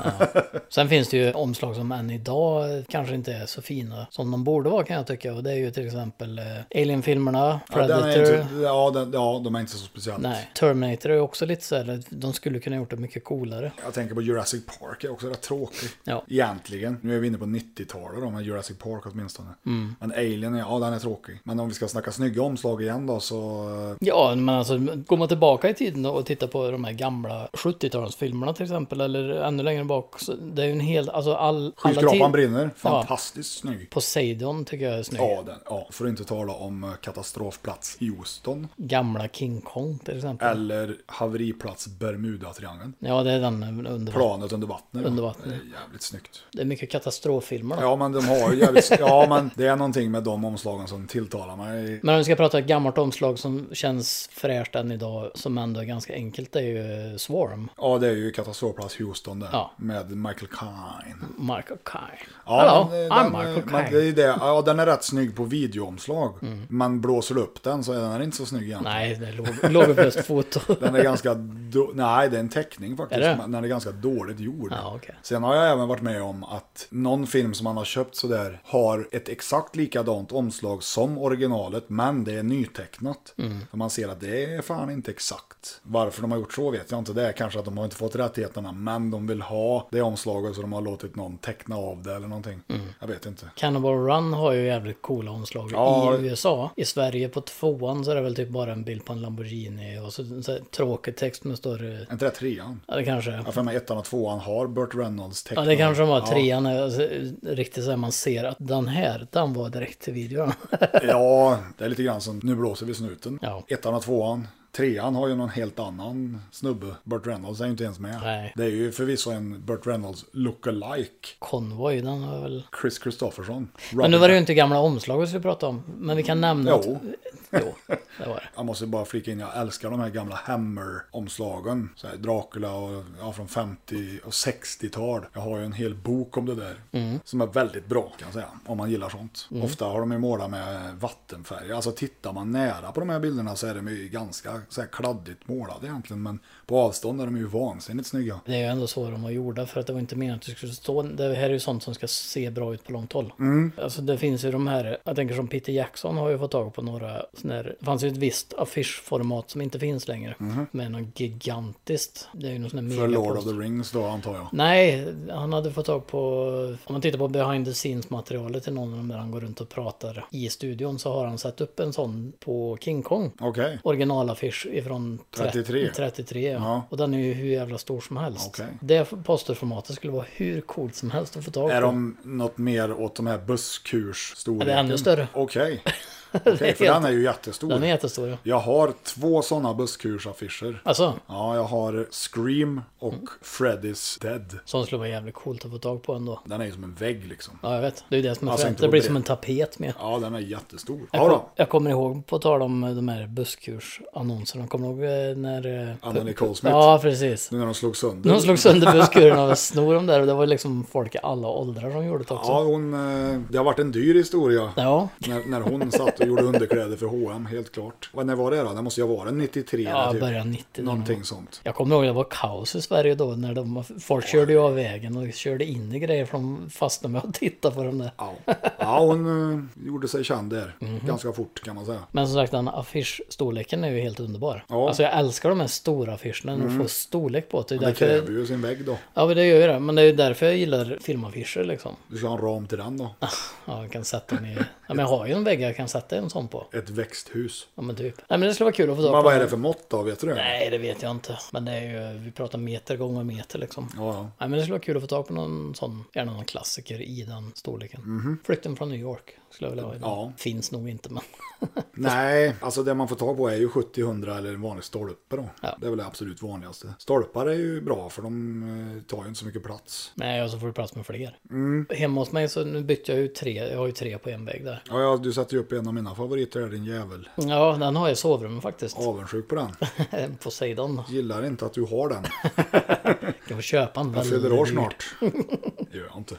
C: Sen finns det ju omslag som än idag kanske inte är så fina som de borde vara kan jag tycka. Och det är ju till exempel eh, Alien-filmerna,
B: Ja, den
C: Predator.
B: är inte, ja, den, ja, de är inte så speciellt.
C: Nej, Terminator är ju också lite så här, de skulle kunna gjort det mycket coolare.
B: Jag tänker på Jurassic Park, är också rätt tråkig.
C: Ja.
B: Egentligen. Nu är vi inne på 90-talet då, men Jurassic Park åtminstone.
C: Mm.
B: Men Alien, är- ja den är tråkig. Men om vi ska snacka snygga omslag igen då så... eh,
C: Ja, men alltså går man tillbaka i tiden och tittar på de här gamla 70-talsfilmerna till exempel, eller ännu längre bak, så det är ju en hel, alltså all... alla
B: Skyskrapan
C: tid-
B: brinner, fantastiskt snygg.
C: Poseidon tycker jag är snygg.
B: Ja, den, ja, för att inte tala om eh, katastrofplats
C: Mm.
B: Houston.
C: Gamla King Kong till exempel.
B: Eller haveriplats Bermuda-triangeln.
C: Ja, det är den underbart.
B: Planet under vattnet.
C: Under vattnet.
B: Det är Jävligt snyggt.
C: Det är mycket katastroffilmer då.
B: Ja men de har ju jävligt... Ja men det är någonting med de omslagen som tilltalar mig.
C: Men om vi ska prata ett gammalt omslag som känns fräscht än idag, som ändå är ganska enkelt, det är ju Swarm,
B: Ja det är ju katastrofplats Houston där.
C: Ja.
B: Med Michael Caine.
C: Marco Kine.
B: Ja,
C: Hello,
B: men, eh,
C: I'm
B: den,
C: Marco
B: eh, men det är
C: Kine.
B: ju det. Ja, den är rätt snygg på videoomslag. Man blåser upp den så är den inte så snygg egentligen.
C: Mm. Nej, det är låg- lågupplöst foto.
B: Den är ganska... Då, nej, det är en teckning faktiskt.
C: Är det?
B: men Den är ganska dåligt gjord.
C: Ja, okej.
B: Sen har jag även varit med om att någon film som man har köpt sådär har ett exakt likadant omslag som originalet, men det är nytecknat.
C: Mm.
B: För man ser att det är fan inte exakt. Varför de har gjort så vet jag inte. Det är kanske att de har inte fått rättigheterna, men de vill ha det omslaget så de har låtit någon teckna av det eller någonting.
C: Mm.
B: Jag vet inte.
C: Cannibal Run har ju jävligt coola omslag
B: Ja.
C: i USA. I Sverige på tvåan så är det väl typ bara en bild på en Lamborghini och så, så här, tråkig text med står eh,
B: Är inte det trean?
C: Ja, det kanske
B: Jag har för mig ettan och tvåan har Burt Reynolds
C: Ja,
B: tecknade.
C: det kanske de var. Trean är alltså, riktigt så här man ser att den här, den var direkt till videon.
B: Ja, det är lite grann som nu blåser vi snuten.
C: Ja.
B: Ettan och tvåan. Trean har ju någon helt annan snubbe. Burt Reynolds är ju inte ens med.
C: Nej.
B: Det är ju förvisso en Burt Reynolds lookalike.
C: Convoy, den var väl...
B: Chris Christopherson.
C: Men nu var det ju inte gamla omslag vi skulle prata om. Men vi kan nämna
B: Jo.
C: att... Jo, det var det.
B: Jag måste bara flika in, jag älskar de här gamla Hammer-omslagen. Så här Dracula och, ja, från 50 och 60-tal. Jag har ju en hel bok om det där.
C: Mm.
B: Som är väldigt bra kan jag säga, om man gillar sånt. Ofta har de ju målat med vattenfärg. Alltså tittar man nära på de här bilderna så är de ju ganska så här, kladdigt målade egentligen. Men på avstånd är de ju vansinnigt snygga.
C: Det är ju ändå så de var gjorda för att det var inte meningen att det skulle stå. Det här är ju sånt som ska se bra ut på långt håll.
B: Mm.
C: Alltså det finns ju de här, jag tänker som Peter Jackson har ju fått tag på några sådana här, det fanns ju ett visst affischformat som inte finns längre. Med något gigantiskt. Det är ju någon sån här
B: Mhm. För Lord of
C: megapost.
B: the Rings då antar
C: Mm.
B: jag.
C: Nej, han hade fått tag på, om man tittar på behind the scenes materialet till någon av dem där han går runt och pratar i studion så har han satt upp en sån på King Kong.
B: Okej.
C: Originalaffisch ifrån
B: 33.
C: 33 ja.
B: Ja.
C: Och den är ju hur jävla stor som helst.
B: Okej.
C: Det posterformatet skulle vara hur coolt som helst att få tag på.
B: Är de något mer åt de här busskursstorleken?
C: Ja, det är ännu större.
B: Okej. Okej, för
C: helt-
B: den är ju jättestor.
C: Den är jättestor ja.
B: Jag har två sådana busskursaffischer.
C: Alltså,
B: Ja, jag har Scream och
C: Mm.
B: Freddy's Dead.
C: sån skulle vara jävligt coolt att få tag på ändå.
B: Den är ju som en vägg liksom.
C: Ja, jag vet. Det är ju det som är
B: Alltså,
C: fränt.
B: inte
C: Det
B: på
C: blir
B: bred.
C: som en tapet med.
B: Ja, den är jättestor. Ja
C: Jag, kom,
B: då.
C: jag kommer ihåg, på tal om eh, de här busskursannonserna, kommer du ihåg eh, när... eh,
B: Anna Nicole Smith.
C: Ja, precis.
B: Nu när de slog sönder.
C: De slog sönder busskurerna och snor dem där och det var liksom folk i alla åldrar som gjorde det också.
B: Ja, hon... eh, Det har varit en dyr historia.
C: Ja,
B: När, när hon satt och gjorde underkläder för H&M helt klart. Men när var det då? Det måste ju ha varit 93
C: ja
B: eller
C: början 90
B: Någonting sånt.
C: Jag kommer ihåg det var kaos i Sverige då när de, folk körde ju av vägen och körde in i grejer för de fastnade med att titta på dem där.
B: Ja, ja hon eh, gjorde sig känd där.
C: Mhm.
B: Ganska fort kan man säga.
C: Men som sagt den affischstorleken är ju helt underbar.
B: Ja. Mm.
C: Alltså jag älskar de här stora affischerna när du får storlek på det. Det, är
B: Det
C: därför
B: kräver
C: jag,
B: ju sin vägg då.
C: ja, men det gör ju det. Men det är ju därför jag gillar filmaffischer liksom.
B: Du ska ha en ram till den då.
C: Alltså. Ja, jag kan sätta den i... Ja, men jag har ju en vägg jag kan sätta en sån på.
B: Ett växthus.
C: Ja, men typ. Nej, men det skulle vara kul att få tag på.
B: Men vad är
C: en-
B: det för mått då? Vet du det?
C: Nej, det vet jag inte. Men det är ju, vi pratar meter gånger meter liksom.
B: Ja, ja.
C: Nej, men det skulle vara kul att få tag på någon sån, gärna någon klassiker i den storleken. Flykten från New York skulle jag vilja ha i den.
B: Ja.
C: Finns nog inte, men
B: Nej, alltså det man får tag på är ju 70-100 eller en vanlig stolpe då. Det är väl det absolut vanligaste. Stolpar är ju bra för de eh, tar ju inte så mycket plats.
C: nej, och så får du plats med fler. Hemma hos mig så nu bytte jag ju tre, jag har ju tre på en vägg där.
B: Ja, ja du sätter ju upp en av mina favoriter här din jävel.
C: Ja, den har jag i sovrummet faktiskt.
B: Avundsjuk på den.
C: Poseidon.
B: Gillar inte att du har den.
C: Jag får köpa en.
B: Jag fyller år snart. Det gör jag inte.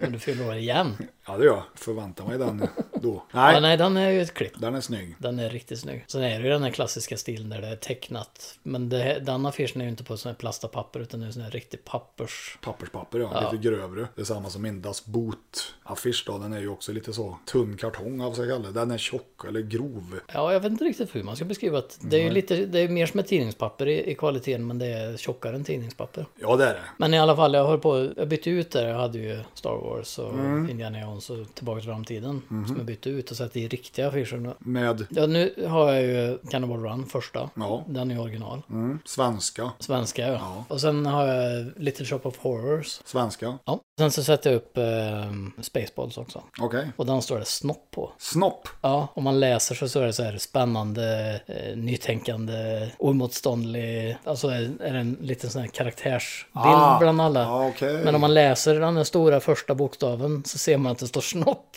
C: Men du fyller år igen.
B: Ja, det gör jag. Förväntar mig den då.
C: Ja,
B: Nej,
C: nej, den är ju ett klipp.
B: den är snygg.
C: Den är riktigt snygg. Sen är det ju den här klassiska stilen där det är tecknat. Men det, den affischen är ju inte på sån här plast och papper utan det är sån här riktig pappers...
B: Papperspapper, ja. Lite grövre. Det är samma som Indas boot-affisch då. Den är ju också lite så tunn kartong av sig kallar. Den är tjock eller grov.
C: Ja, jag vet inte riktigt hur man ska beskriva det. Det är ju lite, det är mer som ett tidningspapper i, i kvaliteten men det är tjockare än tidningspapper.
B: Ja, det är det.
C: Men i alla fall, jag höll på, jag bytte ut där. Jag hade ju Star Wars och
B: Mm.
C: Indiana Jones och Tillbaka till framtiden. Som
B: Mhm.
C: jag bytte ut och satte i riktiga affischer nu.
B: Med
C: Ja, nu har jag ju Cannibal Run första.
B: Ja.
C: Den är original.
B: mm, svenska.
C: Svenska ja. Och sen har jag Little Shop of Horrors.
B: Svenska.
C: Ja. Sen så sätter jag upp eh, Spaceballs också.
B: Okej.
C: Och den står det snopp på.
B: Snopp.
C: Ja, om man läser så står det så här spännande, eh, nytänkande, oemotståndlig. Alltså är är det en liten sån här karaktärsbild
B: Ah.
C: bland alla.
B: Ja, okej.
C: Men om man läser den här stora första bokstaven så ser man att det står snopp.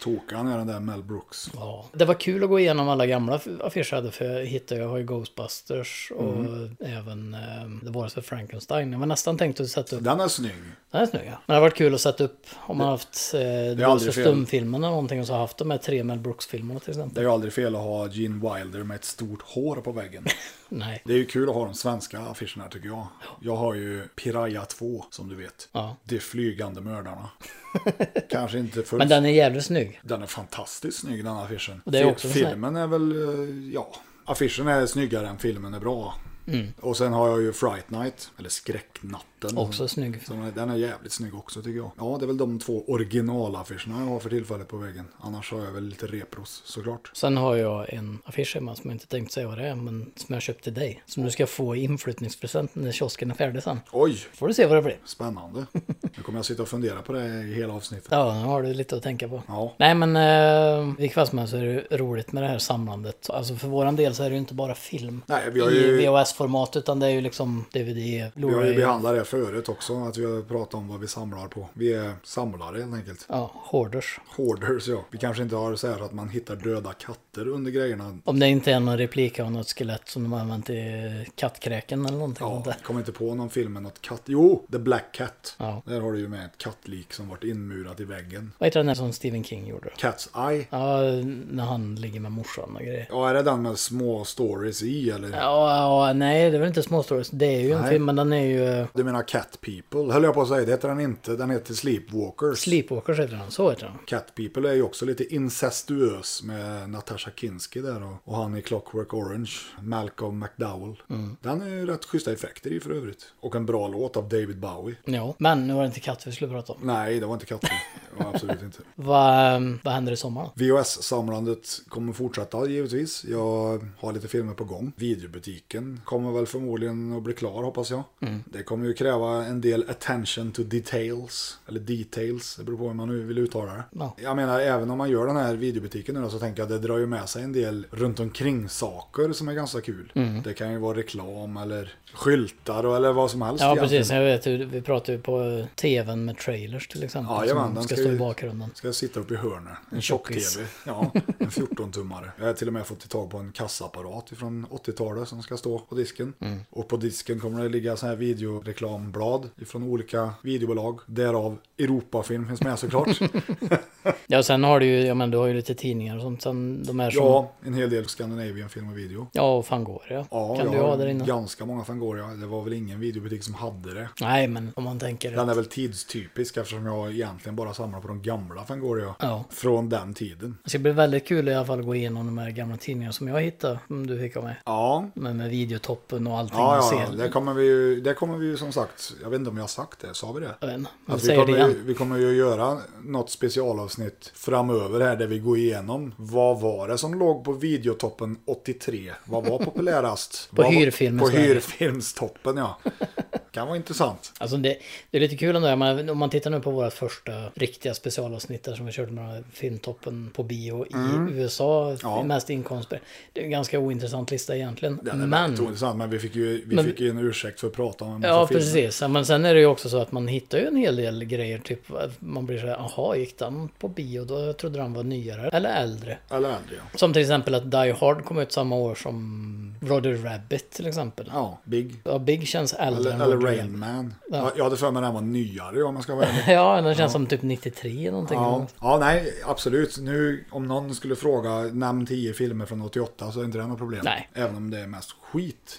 B: Tokan är den där Mel Brooks.
C: Ja. Det var kul att gå igenom alla gamla affischer jag hade för jag hittade, jag har ju Ghostbusters och
B: Mm.
C: även eh, Det våras för Frankenstein. Jag var nästan tänkt att sätta upp
B: Den är snygg.
C: Den är snygg, ja. Men det har varit kul att sätta upp om man har haft eh, det var
B: aldrig
C: så
B: fel.
C: stumfilmen eller någonting och så har haft de här tre Mel Brooks-filmerna till exempel.
B: Det är ju aldrig fel att ha Gene Wilder med ett stort hår på väggen.
C: Nej.
B: Det är ju kul att ha de svenska affischerna tycker jag. Jag har ju Piraya 2 som du vet.
C: Ja.
B: De flygande mördarna. Kanske inte för...
C: Men
B: den...
C: den är jävligt snygg.
B: är fantastiskt snygg den affischen.
C: Och det är
B: Fi-
C: också en sån här-
B: filmen är väl, eh, ja. Affischen är snyggare än filmen är bra.
C: Mm.
B: Och sen har jag ju Fright Night, eller Skräcknatten.
C: Också snygg.
B: Så den är- den är jävligt snygg också tycker jag. Ja, det är väl de två originalaffischerna jag har för tillfället på väggen. Annars har jag väl lite repros såklart.
C: Sen har jag en affisch hemma som jag inte tänkt säga vad det är, men som jag köpt till dig. Som du ska få i inflyttningspresent när kiosken är färdig sen.
B: Oj,
C: Får du se vad det blir.
B: spännande. Nu kommer jag sitta och fundera på det i hela avsnittet.
C: Ja, nu har du lite att tänka på.
B: Ja.
C: Nej, men eh, vilket fall som helst så är det roligt med det här samlandet. Alltså för våran del så är det ju inte bara film
B: Nej, vi har
C: i
B: ju,
C: VHS-format, utan det är ju liksom DVD,
B: vi har ju
C: Blu-ray.
B: behandlat det förut också, att vi har pratat om vad vi samlar på. Vi är samlare helt enkelt.
C: Ja, hoarders.
B: Hoarders ja. Vi kanske inte har så här att man hittar döda katter under grejerna.
C: Om det inte är någon replik av något skelett som de har använt i kattkräken eller någonting sånt
B: Ja,
C: där.
B: kom inte på någon film med något katt. Jo, The Black Cat.
C: Ja.
B: Där har du ju med ett kattlik som varit inmurat i väggen.
C: Vad heter den där som Stephen King gjorde?
B: Cat's Eye.
C: Ja, när han ligger med morsan och grejer.
B: Ja, är det den med små stories i eller?
C: Ja, ja, nej, det är väl inte små stories. Det är ju en
B: Nej.
C: film, men den är ju... eh,
B: Du menar Cat People? Höll jag på att säga, det heter den inte. Den heter Sleepwalkers.
C: Sleepwalkers heter den, så heter den.
B: Cat People är ju också lite incestuös med Natasha Kinski där och, och han i Clockwork Orange, Malcolm McDowell. Den är ju rätt schyssta effekter i för övrigt. Och en bra låt av David Bowie.
C: Ja, men nu var det inte katt vi skulle prata om.
B: Nej, det var inte katten. Det var absolut inte.
C: Vad, ehm, vad händer i sommar?
B: VHS-samlandet kommer fortsätta givetvis. Jag har lite filmer på gång. Videobutiken kommer väl förmodligen att bli klar hoppas jag.
C: Mm.
B: Det kommer ju kräva en del attention to details. Eller details, det beror på hur man nu vill uttala det.
C: Ja.
B: Jag menar, även om man gör den här videobutiken nu då, så tänker jag att det drar ju med sig en del runt omkring saker som är ganska kul.
C: Mm.
B: Det kan ju vara reklam eller skyltar och, eller vad som helst.
C: Ja,
B: egentligen.
C: precis. Jag vet hur, vi pratade ju på eh, tvn med trailers till exempel.
B: Ja,
C: som
B: jajamän, den
C: ska,
B: ska
C: stå i
B: ju-
C: bakgrunden.
B: Ska jag sitta uppe i hörnet. En
C: tjockis.
B: tjock-tv. Ja, en 14-tummare. Jag har till och med fått tag på en kassaapparat från 80-talet som ska stå på disken.
C: Mm.
B: Och på disken kommer det ligga så här videoreklamblad från olika videobolag. Därav Europafilm finns med såklart.
C: Ja, sen har du ju, ja men du har ju lite tidningar och sånt. Sen de här som... Ja,
B: ja, en hel del Scandinavian film och video.
C: ja och Fangoria.
B: Ja,
C: kan
B: jag
C: du
B: har
C: ha där inne?
B: ganska många Fangoria. Det var väl ingen videobutik som hade det.
C: Nej, men om man tänker...
B: Den är väl tidstypisk eftersom jag egentligen bara samlar på de gamla Fangoria.
C: Ja.
B: Från den tiden.
C: Det ska bli väldigt kul i alla fall att gå igenom de här gamla tidningarna som jag hittade, om du fick av mig.
B: Ja,
C: Men med videotoppen och allting.
B: Ja,
C: och
B: ja, ja.
C: ser-
B: Det, kommer vi ju, det kommer vi ju som sagt, jag vet inte om jag har sagt det, sa vi det?
C: Jag vet inte. Vi
B: Alltså, vi,
C: säger det
B: kommer ju,
C: igen.
B: vi kommer ju göra något specialavsnitt framöver här där vi går igenom vad var det som låg på videotoppen 83? Vad var populärast?
C: På
B: Vad var-
C: hyrfilmen
B: På
C: Sverige.
B: hyrfilmstoppen ja. Kan vara intressant.
C: Alltså det, det är lite kul ändå, men om man tittar nu på vårt första riktiga specialavsnitt där som vi körde med den här filmtoppen på bio i USA,
B: Mm. Ja.
C: mest inkomster. Det är en ganska ointressant lista egentligen.
B: Den är
C: men
B: väldigt ointressant, men vi fick ju vi
C: Men-
B: fick ju en ursäkt för att prata om en massa
C: Ja,
B: filmer.
C: precis. Ja, Men sen är det ju också så att man hittar ju en hel del grejer. Typ att man blir så här, jaha, gick den på bio? Då Jag trodde den var nyare eller äldre.
B: Eller äldre ja.
C: Som till exempel att Die Hard kom ut samma år som Roger Rabbit till exempel.
B: Ja, Big.
C: Ja, Big känns
B: Eller,
C: äldre än
B: eller
C: Roger
B: Rain Man. Ja. Jag hade för mig den var nyare om man ska vara ärlig.
C: Ja, den känns som typ 93 eller någonting.
B: Ja. ja, nej, absolut. Nu om någon skulle fråga namn 10 filmer från 88 så är inte det något problem.
C: Nej.
B: Även om det är mest skit.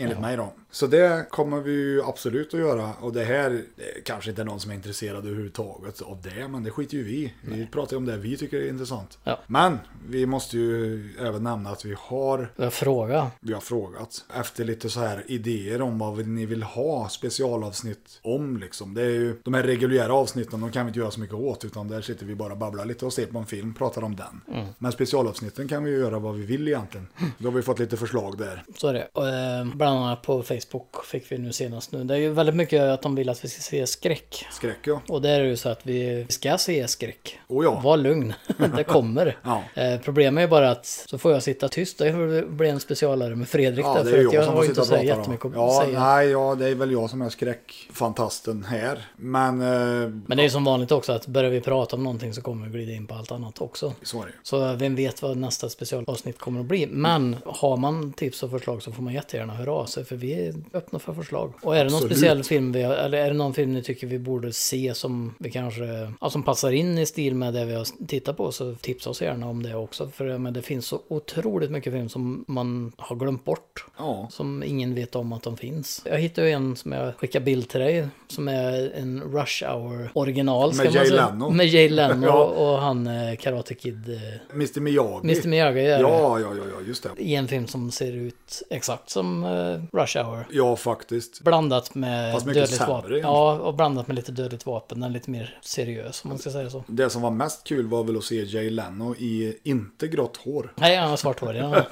B: Enligt mig då. Så det kommer vi ju absolut att göra. Och det här det är kanske inte någon som är intresserad överhuvudtaget av det. Men det skiter ju vi i. Vi pratar ju om det vi tycker är intressant.
C: Ja.
B: Men vi måste ju även nämna att vi har
C: Jag fråga.
B: vi har frågat efter lite så här idéer om vad ni vill ha specialavsnitt om liksom. Det är ju de här reguljära avsnitten, de kan vi inte göra så mycket åt utan där sitter vi bara och babblar lite och ser på en film, pratar om den.
C: Mm.
B: Men specialavsnitten kan vi ju göra vad vi vill egentligen. Då har vi fått lite förslag där.
C: Så är det. Och, eh, bland annat på Facebook fick vi nu senast nu. Det är ju väldigt mycket att de vill att vi ska se skräck.
B: Skräck ja.
C: Och det är ju så att vi ska se skräck.
B: Oh ja.
C: Var lugn, det kommer.
B: Ja.
C: Eh, problemet är bara att så får jag sitta tyst. Det blir en specialare med Fredrik
B: Ja,
C: där.
B: det är
C: För att
B: jag,
C: jag
B: som
C: har
B: får
C: ju inte
B: sitta och
C: att säga
B: prata då.
C: jättemycket att
B: Ja,
C: säga.
B: nej, ja, det är väl jag som är skräckfantasten här. Men, eh,
C: Men det är ju som vanligt också att börjar vi prata om någonting så kommer vi glida in på allt annat också.
B: så är det ju.
C: Så vem vet vad nästa specialavsnitt kommer att bli. Men har man tips och förslag så får man jättegärna höra av sig. För vi är öppna för förslag. Och är det någon
B: Absolut.
C: speciell film vi har, eller är det någon film ni tycker vi borde se som vi kanske, ja, som passar in i stil med det vi har tittat på så tipsa oss gärna om det också. För men det finns så otroligt mycket film som man har glömt bort.
B: Ja.
C: Som ingen vet om att de finns. Jag hittade ju en som jag skickade bild till dig. Som är en Rush Hour original. Ska
B: Med
C: man
B: Jay
C: säga.
B: Leno.
C: Med Jay Leno
B: Ja.
C: och han eh, Karate Kid. eh,
B: Mr Miyagi.
C: Mr Miyagi är det.
B: Ja, ja, ja, ja, just det.
C: i en film som ser ut exakt som eh, Rush Hour.
B: Ja, faktiskt.
C: Blandat med
B: Fast mycket
C: dödligt
B: sämre
C: vapen.
B: egentligen.
C: Ja, och blandat med lite dödligt vapen. Den är lite mer seriös om man ska säga så.
B: Det som var mest kul var väl att se Jay Leno i inte grått hår.
C: Nej, han har svarthårig. han.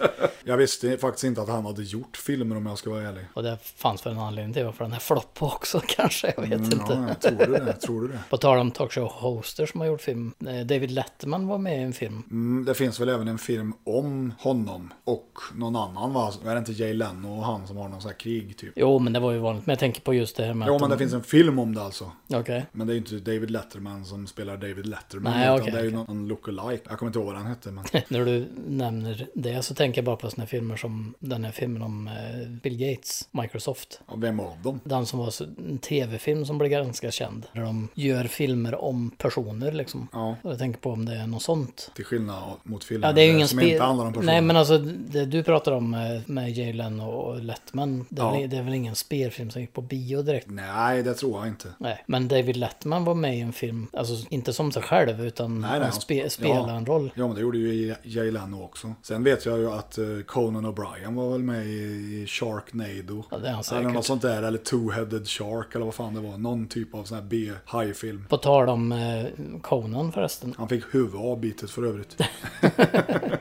B: Jag visste faktiskt inte att han hade gjort filmer om jag ska vara ärlig.
C: Och det fanns väl en anledning till varför den här floppade också kanske. Jag vet inte.
B: Mm, Ja, jag tror du det? Tror du det?
C: På tal om talkshow-hoster som har gjort film. eh, David Letterman var med i en film.
B: Mm, det finns väl även en film om honom och någon annan va? Är det inte Jay Leno och han som har någon sån här krig typ?
C: Jo, men det var ju vanligt. Men jag tänker på just det här med
B: Jo,
C: att
B: men det
C: de-
B: finns en film om det alltså.
C: Okej.
B: Men det är ju inte David Letterman som spelar David Letterman.
C: Nej,
B: utan
C: okej,
B: det är ju
C: okej.
B: någon lookalike. Jag kommer inte ihåg vad han hette. Men...
C: När du nämner det så tänker jag bara på såna här filmer som den här filmen om eh, Bill Gates, Microsoft.
B: Ja, Vem av dem?
C: Den som var så- en tv-film som blev ganska känd. Där de gör filmer om personer liksom.
B: Ja.
C: Och jag tänker på om det är något sånt.
B: Till skillnad mot filmer
C: Ja, det är ju ingen
B: som
C: spe-
B: inte handlar om personer.
C: Nej, men alltså det du pratar om eh, med Jalen och Lettman. Det är,
B: Ja.
C: väl, det är väl ingen spelfilm som gick på bio direkt.
B: Nej, det tror jag inte.
C: Nej, men David Lettman var med i en film, alltså inte som sig själv
B: Nej,
C: utan
B: nej,
C: han
B: han-
C: spe,
B: ja.
C: spelar en roll.
B: Ja, men det gjorde ju Jay Leno också. Sen vet jag ju att eh, Conan O'Brien var väl med i Sharknado.
C: Ja, det är han
B: Eller något
C: säkert.
B: sånt där, eller Two-Headed Shark, eller vad fan det var. Någon typ av sån här B-hajfilm.
C: På tal om eh, Conan förresten.
B: Han fick huvudet avbitet för övrigt.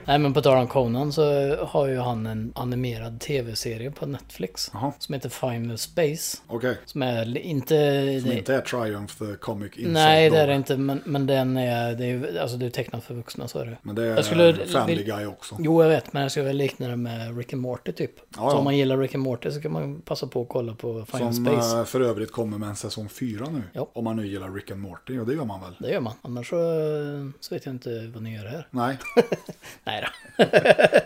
C: Nej men på tal om Conan så har ju han en animerad tv-serie på Netflix.
B: Jaha.
C: Som heter Final Space.
B: Okej.
C: Som är li- inte...
B: Som
C: det-
B: inte är Triumph the Comic Insect
C: nej det är
B: då.
C: det inte. Men, men den är... Det är ju- alltså det är tecknat för vuxna så är det.
B: Men det är
C: Jag skulle
B: Family
C: vil-
B: Guy också.
C: Jo jag vet men jag skulle väl likna det med Rick and Morty typ.
B: Ja,
C: Så
B: ja.
C: om man gillar Rick and Morty så kan man passa på att kolla på Final
B: Som
C: Space.
B: eh, för övrigt kommer med en säsong 4 nu.
C: Ja.
B: Om man nu gillar Rick and Morty, och det gör man väl?
C: Det gör man. Annars så, så vet jag inte vad ni gör här.
B: Nej,
C: Nej då.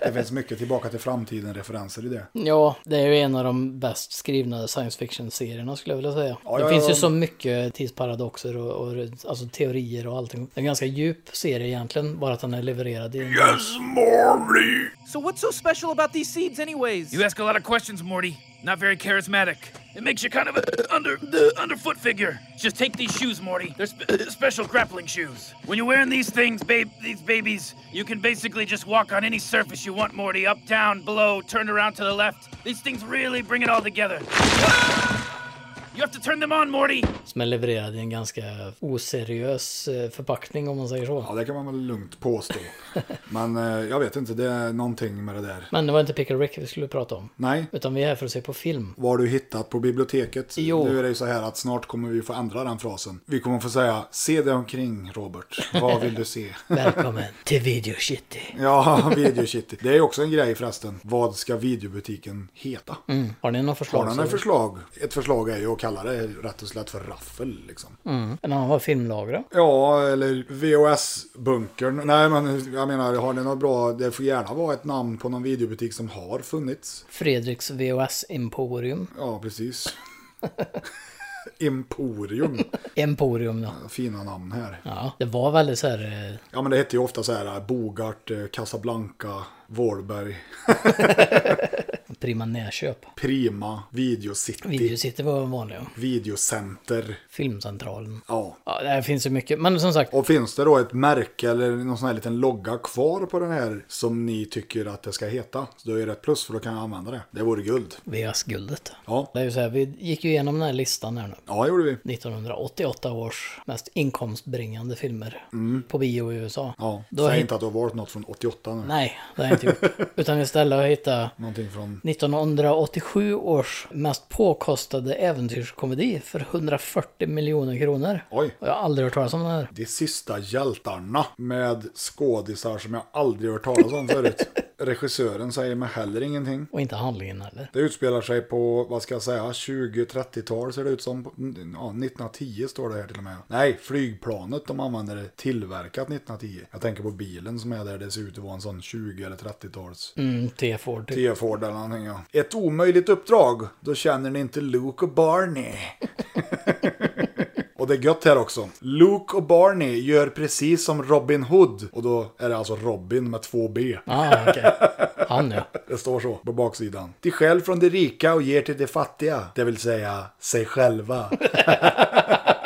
B: det finns mycket Tillbaka till framtiden-referenser i det.
C: Ja, det är ju en av de bäst skrivna science fiction-serierna skulle jag vilja säga.
B: Ja,
C: det
B: ja,
C: finns
B: ja.
C: ju så mycket tidsparadoxer och, och alltså, teorier och allting. Det är en ganska djup serie egentligen, bara att den är levererad i en...
G: So what's so special about these seeds, anyways?
H: You ask a lot of questions, Morty. Not very charismatic. It makes you kind of a under the underfoot figure. Just take these shoes, Morty. They're sp- special grappling shoes. When you're wearing these things, babe, these babies, you can basically just walk on any surface you want, Morty. Up, down, below, turned around to the left. These things really bring it all together. Ah! You have to turn them on, Morty.
C: Som är levererad i en ganska oseriös eh, förpackning om man säger så.
B: Ja, det kan man väl lugnt påstå. Men eh, jag vet inte, det är någonting med det där.
C: Men det var inte Pick and Rick vi skulle prata om.
B: Nej,
C: Utan vi är här för att se på film.
B: vad har du hittat på biblioteket?
C: Jo.
B: Nu är det ju så här att snart kommer vi få ändra den frasen. Vi kommer få säga, se dig omkring Robert, vad vill du se?
C: Välkommen till Video City.
B: Mm. ja, videokitty. Det är ju också en grej förresten. Vad ska videobutiken heta?
C: Har ni några förslag?
B: Har ni några
C: så-
B: förslag? Ett förslag är ju att kallar det rätt och slätt för raffel. Liksom.
C: En annan var filmlagra.
B: Ja, eller VHS-bunkern. Nej, men jag menar, har ni något bra? Det får gärna vara ett namn på någon videobutik som har funnits.
C: Fredriks VHS Emporium.
B: Ja, precis. Emporium.
C: Emporium då.
B: Fina namn här.
C: Ja, det var väldigt så här... eh,
B: Ja, men det hette ju ofta så här eh, Bogart, eh, Casablanca, Vårberg,
C: eh, Prima Närköp.
B: Prima, Video City,
C: Video City var vanliga.
B: Videocenter.
C: Filmcentralen.
B: Ja.
C: Ja, det här finns ju mycket. Men som sagt,
B: Och finns det då ett märke eller någon sån här liten logga kvar på den här som ni tycker att det ska heta? Så då är det ett plus för då kan jag använda det. Det vore guld.
C: VHS-guldet.
B: Ja,
C: Det är ju så här, vi gick ju igenom den här listan här nu.
B: ja det gjorde vi.
C: 1988 års mest inkomstbringande filmer på bio i USA.
B: Mm. Ja,
C: Då har
B: säg
C: jag-
B: inte att du har valt något från 88 nu.
C: Nej, det har jag inte gjort. Utan istället har jag hittat
B: Någonting från...
C: 1987 års mest påkostade äventyrskomedi för 140 miljoner kronor.
B: Oj.
C: Och jag har aldrig hört talas om den här.
B: De sista hjältarna med skådisar som jag aldrig hört talas om förut. Regissören säger mig heller ingenting.
C: Och inte handlingen heller.
B: Det utspelar sig på, vad ska jag säga, 20-30-tal ser det ut som. Ja, 1910 står det här till och med. Nej, flygplanet de använder det tillverkat 1910. Jag tänker på bilen som är där, det ser ut att vara en sån 20 eller 30-tals.
C: Mm, T-Ford. Typ.
B: T-Ford eller någonting ja. Ett omöjligt uppdrag, då känner ni inte Luke och Barney. Och det är gött här också. Luke och Barney gör precis som Robin Hood. Och då är det alltså Robin med två B.
C: Ah, okej. Han ja.
B: Det står så på baksidan. De stjäl från de rika och ger till de fattiga. Det vill säga sig själva.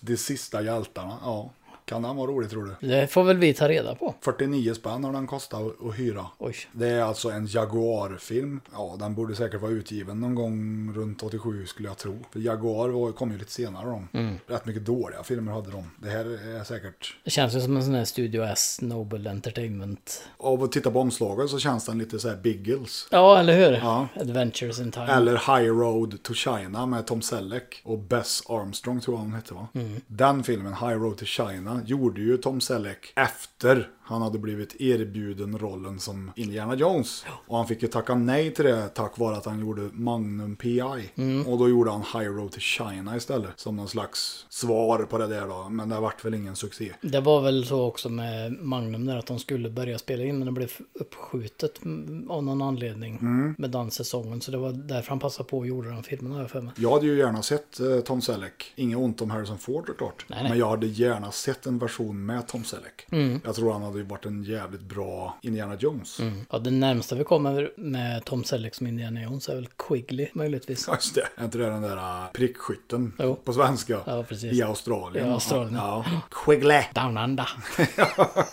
B: de sista hjältarna. Ja, kan han vara rolig tror du?
C: Det får väl vi ta reda på.
B: 49 spänn har den kostat att- att hyra.
C: Oj.
B: Det är alltså en Jaguar-film. Ja, den borde säkert vara utgiven någon gång runt 87 skulle jag tro. För Jaguar var- kom ju lite senare de. Rätt mycket dåliga filmer hade de. Det här är säkert...
C: Det känns ju som en sån här Studio S Noble Entertainment.
B: Av att titta på omslaget så känns den lite så här Biggles.
C: Ja, eller hur?
B: Ja.
C: Adventures in Time.
B: Eller High Road to China med Tom Selleck och Bess Armstrong tror jag hon hette va? Den filmen, High Road to China, gjorde ju Tom Selleck efter han hade blivit erbjuden rollen som Indiana Jones. Och han fick ju tacka nej till det tack vare att han gjorde Magnum P.I. Och då gjorde han High Road to China istället. Som någon slags svar på det där då. Men det vart väl ingen succé.
C: Det var väl så också med Magnum där att de skulle börja spela in men det blev uppskjutet mm, av någon anledning
B: Mm.
C: med den säsongen. Så det var därför han passade på och gjorde den filmen har jag för mig.
B: Jag hade ju gärna sett eh, Tom Selleck. Inget ont om Harrison Ford såklart.
C: nej. Mm.
B: Men jag hade gärna sett en version med Tom Selleck. Jag tror han hade ju varit en jävligt bra Indiana Jones.
C: Ja, det närmsta vi kommer med Tom Selleck som Indiana Jones är väl Quigley möjligtvis.
B: Ja, Just det. Är inte det den där eh, prickskytten
C: Jo.
B: på svenska?
C: Ja, precis.
B: I Australien.
C: I Australien.
B: Ja. Quigley.
C: Down under.
B: Ja,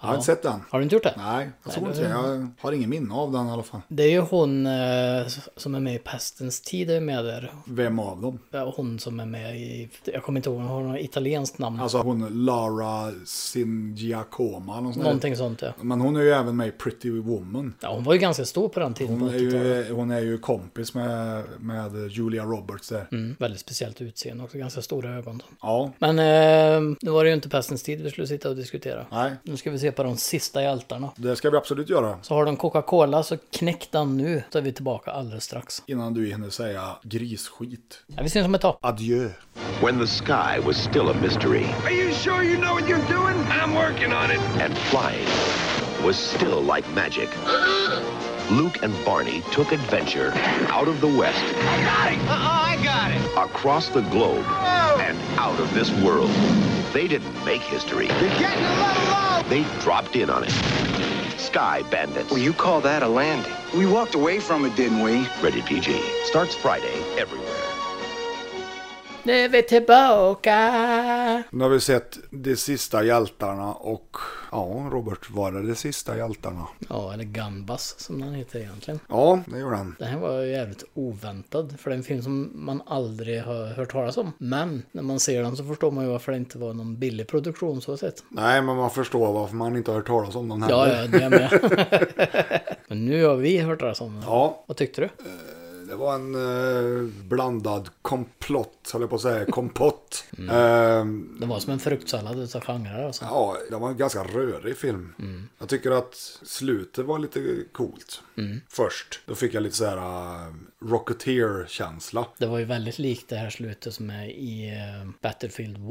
B: jag har inte sett den.
C: Har du inte gjort det?
B: Nej, jag tror inte det. Jag har ingen minne av den i alla fall.
C: Det är ju hon eh, som är med i Pestens tid är ju med där.
B: Vem av dem?
C: Ja, Hon som är med i, jag kommer inte ihåg, hon har något italienskt namn.
B: Alltså hon Lara Singiacoma. Någon sån där.
C: Någonting sånt ja.
B: Men hon är ju även med i Pretty Woman.
C: ja. Hon var ju ganska stor på den tiden.
B: Hon
C: på
B: är
C: 80-talet.
B: ju, hon är ju kompis med, med Julia Roberts där.
C: Mm, väldigt speciellt utseende också, ganska stora ögon.
B: Ja.
C: Men eh, nu var det ju inte pestens tid vi skulle sitta och diskutera.
B: Nej,
C: Nu ska vi se på de sista hjältarna.
B: det ska vi absolut göra.
C: Så har de Coca-Cola så knäck den nu så är vi tillbaka alldeles strax.
B: Innan du hinner säga grisskit.
C: Ja, vi syns om ett tag.
B: Adjö.
I: when the sky was still a mystery
G: Are you sure you know what you're doing? I'm working on it.
I: and flying was still like magic. Luke and Barney took adventure out of the West,
G: I got it. Uh-uh, I got it.
I: across the globe, and out of this world. They didn't make history.
G: You're getting a little low.
I: They dropped in on it. Sky Bandits.
D: You call that a landing? We walked away from it, didn't we?
I: Rated PG. Starts Friday everywhere.
C: Nu är vi tillbaka!
B: Nu har vi sett De sista hjältarna och... Ja, Robert, var det De sista hjältarna?
C: Ja, eller Gambas som den heter egentligen.
B: Ja, det gjorde han.
C: Den här var ju jävligt oväntad, för det är en film som man aldrig har hört talas om. Men när man ser den så förstår man ju varför det inte var någon billig produktion så sett.
B: Nej, men man förstår varför man inte har hört talas om den här.
C: Ja, ja, det med. Men nu har vi hört talas om den.
B: Ja,
C: Vad tyckte du?
B: det var en eh, blandad komplott, höll jag på att säga, kompott. Eh,
C: Det var som en fruktsallad utav genrer alltså.
B: Ja, det var en ganska rörig film.
C: Mm.
B: Jag tycker att slutet var lite coolt.
C: Mm.
B: Först, då fick jag lite så här äh, Rocketeer-känsla.
C: Det var ju väldigt likt det här slutet som är i eh, Battlefield 1.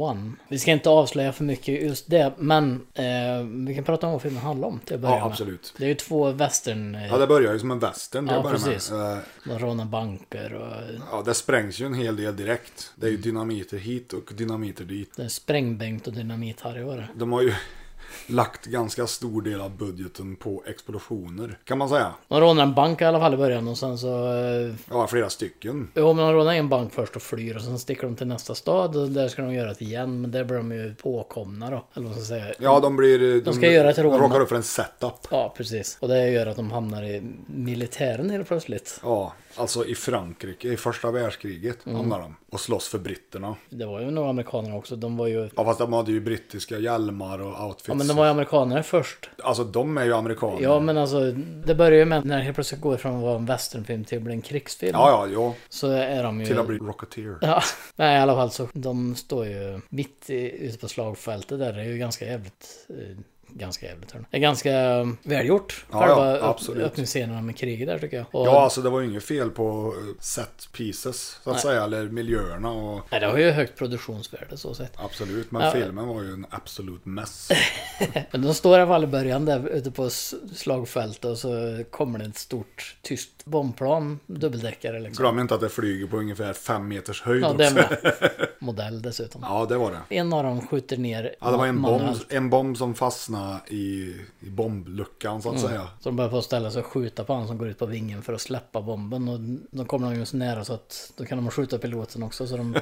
C: Vi ska inte avslöja för mycket just det, men eh, vi kan prata om vad filmen handlar om till att börja
B: Ja,
C: med.
B: absolut.
C: Det är ju två western... Eh,
B: Ja, det börjar ju som en western.
C: Ja,
B: Ja,
C: precis.
B: Med. Eh,
C: De rånar banker och
B: Ja, det sprängs ju en hel del direkt. Det är
C: Mm.
B: ju dynamiter hit och dynamiter dit.
C: det är sprängbänkt och dynamit-Harry var det.
B: De har ju lagt ganska stor del av budgeten på explosioner, kan man säga.
C: De rånar en bank i alla fall i början och sen så... eh,
B: Ja, flera stycken.
C: Jo, men de rånar en bank först och flyr och sen sticker de till nästa stad och där ska de göra det igen. Men där blir de ju påkomna då, eller vad man ska säga.
B: Ja, de blir... eh, De,
C: ska göra ett rån.
B: De råkar upp för en setup.
C: Ja, precis. Och det gör att de hamnar i militären helt plötsligt.
B: Ja, alltså i Frankrike, i första världskriget
C: Mm.
B: hamnar de och slåss för britterna.
C: Det var ju några amerikaner också. De var ju...
B: Ja, fast de hade ju brittiska hjälmar och outfits.
C: Ja, men de var ju amerikaner först.
B: Alltså de är ju amerikaner.
C: Ja, men alltså, det börjar ju med när det helt plötsligt går ifrån att vara en westernfilm till att bli en krigsfilm.
B: ja, ja, ja.
C: Så är de ju...
B: Till att bli rocketeer.
C: Ja, nej i alla fall så de står ju mitt i, ute på slagfältet där. Det är ju ganska jävligt. eh, Ganska jävligt hörni. Det är ganska eh, välgjort.
B: Ja,
C: Själva
B: ja,
C: öpp-
B: absolut.
C: öppningsscenerna med kriget där tycker jag. Och,
B: Ja, alltså det var ju inget fel på eh, set pieces, så att
C: Nej.
B: säga, eller miljöerna och...
C: nej, det har ju högt produktionsvärde så sett.
B: Absolut, men
C: Ja.
B: filmen var ju en absolut mess.
C: Men de står i alla fall i början där ute på s- slagfältet och så kommer det ett stort tyskt bombplan. Dubbeldäckare liksom.
B: Glöm inte att det flyger på ungefär fem meters höjd
C: Ja, det är
B: också.
C: med. Modell dessutom.
B: Ja, det var det.
C: En av dem skjuter ner
B: Ja, det var en bomb,
C: manuellt.
B: en bomb som fastnade i, i bombluckan, så att säga.
C: Så de börjar på att ställa sig och skjuta på han som går ut på vingen för att släppa bomben. Och då kommer de ju så nära så att då kan de skjuta piloten också. Så de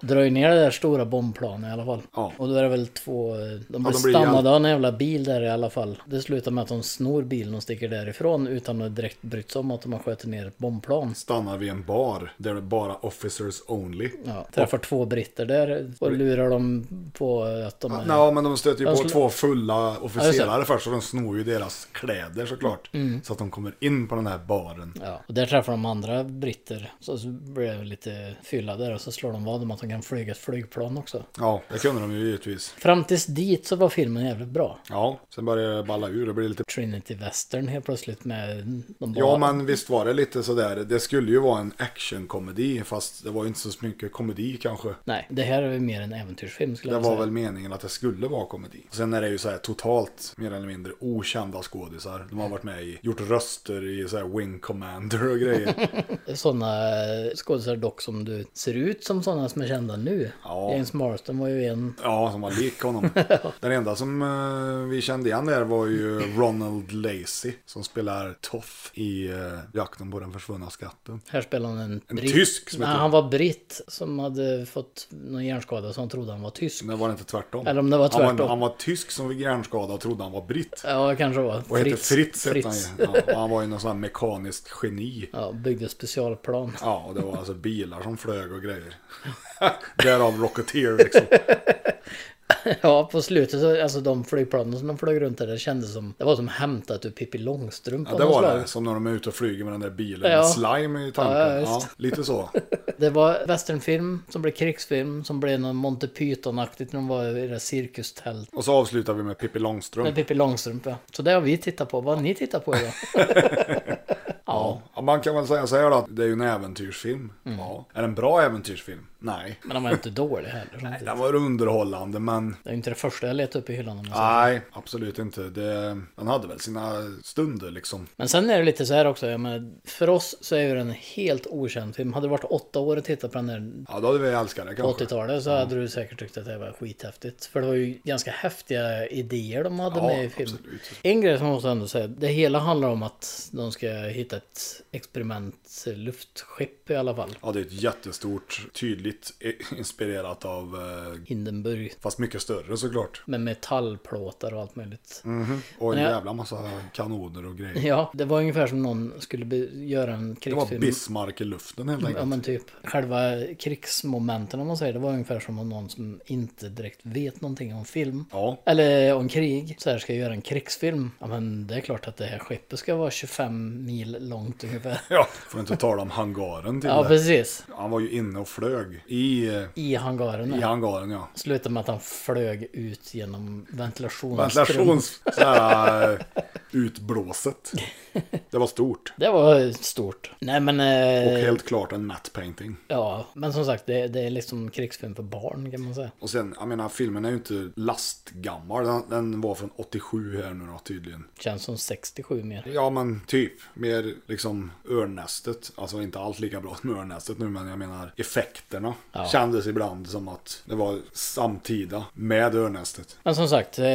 C: drar ju ner det där stora bombplanet i alla fall.
B: Ja.
C: Och då är det väl två... De blir,
B: blir
C: stannade
B: jävla-
C: av en jävla bil där i alla fall. Det slutar med att de snor bilen och sticker därifrån utan att direkt brytt sig om att de har skjutit ner ett bombplan.
B: Stannar vid en bar, där det bara officers only.
C: Ja, träffar två britter där och lurar dem på att de är...
B: Ja, men de stöter ju
C: Jag
B: på
C: skulle-
B: två fulla
C: Ja,
B: officerare först, så de snor ju deras kläder såklart.
C: Mm.
B: Så att de kommer in på den här baren.
C: Ja, och där träffar de andra britter. Så så blir det lite fylla där och så slår de vad om att de kan flyga ett flygplan också.
B: Ja, det kunde de ju givetvis.
C: Fram tills dit så var filmen jävligt bra.
B: Ja, sen började det balla ur, det blev lite...
C: Trinity Western helt plötsligt med de
B: Ja,
C: bara-
B: men visst var det lite sådär. Det skulle ju vara en actionkomedi, fast det var ju inte så mycket komedi kanske.
C: Nej, det här är ju mer en äventyrsfilm skulle
B: Det
C: jag
B: var
C: säga.
B: väl meningen att det skulle vara komedi. Sen är det ju så här totalt mer eller mindre okända skådisar. De har varit med i, gjort röster i så här Wing Commander och grejer.
C: Sådana eh, skådisar dock som du ser ut som sådana som är kända nu.
B: Ja.
C: James Marston var ju en.
B: Ja, som var lik honom. Den enda som eh, vi kände igen där var ju Ronald Lacey som spelar Toff i eh, Jakten på den försvunna skatten.
C: Här spelar han en,
B: En tysk som
C: Nej,
B: heter-
C: han var britt som hade fått någon hjärnskada så han trodde han var tysk.
B: Men var det inte tvärtom?
C: Eller om det var
B: Han var,
C: tvärtom.
B: han var tysk som fick hjärnskada och trodde han var britt.
C: Ja, det kanske var.
B: Och hette Fritz, hette han
C: Fritz.
B: ju. Ja, och han var ju någon sån här mekanisk geni.
C: Ja, byggde specialplan.
B: Ja, och det var alltså bilar som flög och grejer. Därav Rocketeer liksom.
C: Ja, på slutet så, alltså de flygplanen som de flög runt där, det kändes som, det var som hämtat ur Pippi Långstrump
B: Ja,
C: av
B: det
C: något
B: var
C: slag.
B: det. Som när de är ute och flyger med den där bilen
C: Ja.
B: med slime i tanken.
C: Ja,
B: Ja,
C: just.
B: lite så.
C: Det var westernfilm som blev krigsfilm som blev någon Monty Python-aktigt när de var i det där cirkustältet.
B: Och så avslutar vi med Pippi
C: Med
B: Långstrump.
C: Pippi Långstrump ja. Så det har vi tittat på. Vad har ni tittat på idag? ja.
B: Ja, man kan väl säga så här då, att det är ju en äventyrsfilm.
C: Mm.
B: Ja. Är det en bra äventyrsfilm? Nej.
C: Men den var ju inte dålig heller. samtidigt.
B: Den var underhållande, men
C: Det är ju inte det första jag letade upp i hyllan. Om jag säger.
B: nej, absolut inte. Det, den hade väl sina stunder liksom.
C: Men sen är det lite så här också. Jag menar, för oss så är ju den en helt okänd film. Hade det varit åtta år och tittat på den där
B: Ja, då hade vi älskat det
C: på
B: kanske.
C: 80-talet så hade du säkert tyckt att det var skithäftigt. För det var ju ganska häftiga idéer de hade
B: Ja,
C: med i filmen.
B: absolut.
C: En grej som jag måste ändå säga, det hela handlar om att de ska hitta ett experiment luftskepp i alla fall.
B: Ja, det är ett jättestort, tydlig väldigt eh, inspirerat av, eh,
C: Hindenburg.
B: fast mycket större såklart.
C: Med metallplåtar och allt möjligt.
B: Mm. Och en
C: Men jag-
B: jävla massa kanoner och grejer.
C: Ja, det var ungefär som någon skulle be- göra en
B: Det var
C: krigsfilm.
B: Bismarck i luften helt
C: Ja
B: enkelt.
C: men typ själva krigsmomenten om man säger det var ungefär som om någon som inte direkt vet någonting om film.
B: Ja,
C: Eller om krig. Så här ska jag göra en krigsfilm. Ja men det är klart att det här skeppet ska vara 25 mil långt ungefär.
B: ja. Får inte tala om hangaren till
C: Ja
B: det.
C: precis.
B: Han var ju inne och flög i, eh,
C: I hangaren.
B: i
C: där.
B: hangaren ja.
C: Slutade med att han flög ut genom ventilationsström.
B: Ventilations... så här, eh, utblåset. Det var stort.
C: Det var stort. Nej men...
B: Och
C: Eh,
B: helt klart en matte painting.
C: ja, men som sagt det, det är liksom krigsfilm för barn kan man säga.
B: Och sen, jag menar filmen är ju inte lastgammal. Den, den var från 87 här nu då tydligen.
C: Känns som 67 mer.
B: Ja men typ, mer liksom örnnästet. Alltså inte alls lika bra som örnnästet nu men jag menar effekterna. Kändes ibland som att det var samtida med örnnästet.
C: Men som sagt, eh,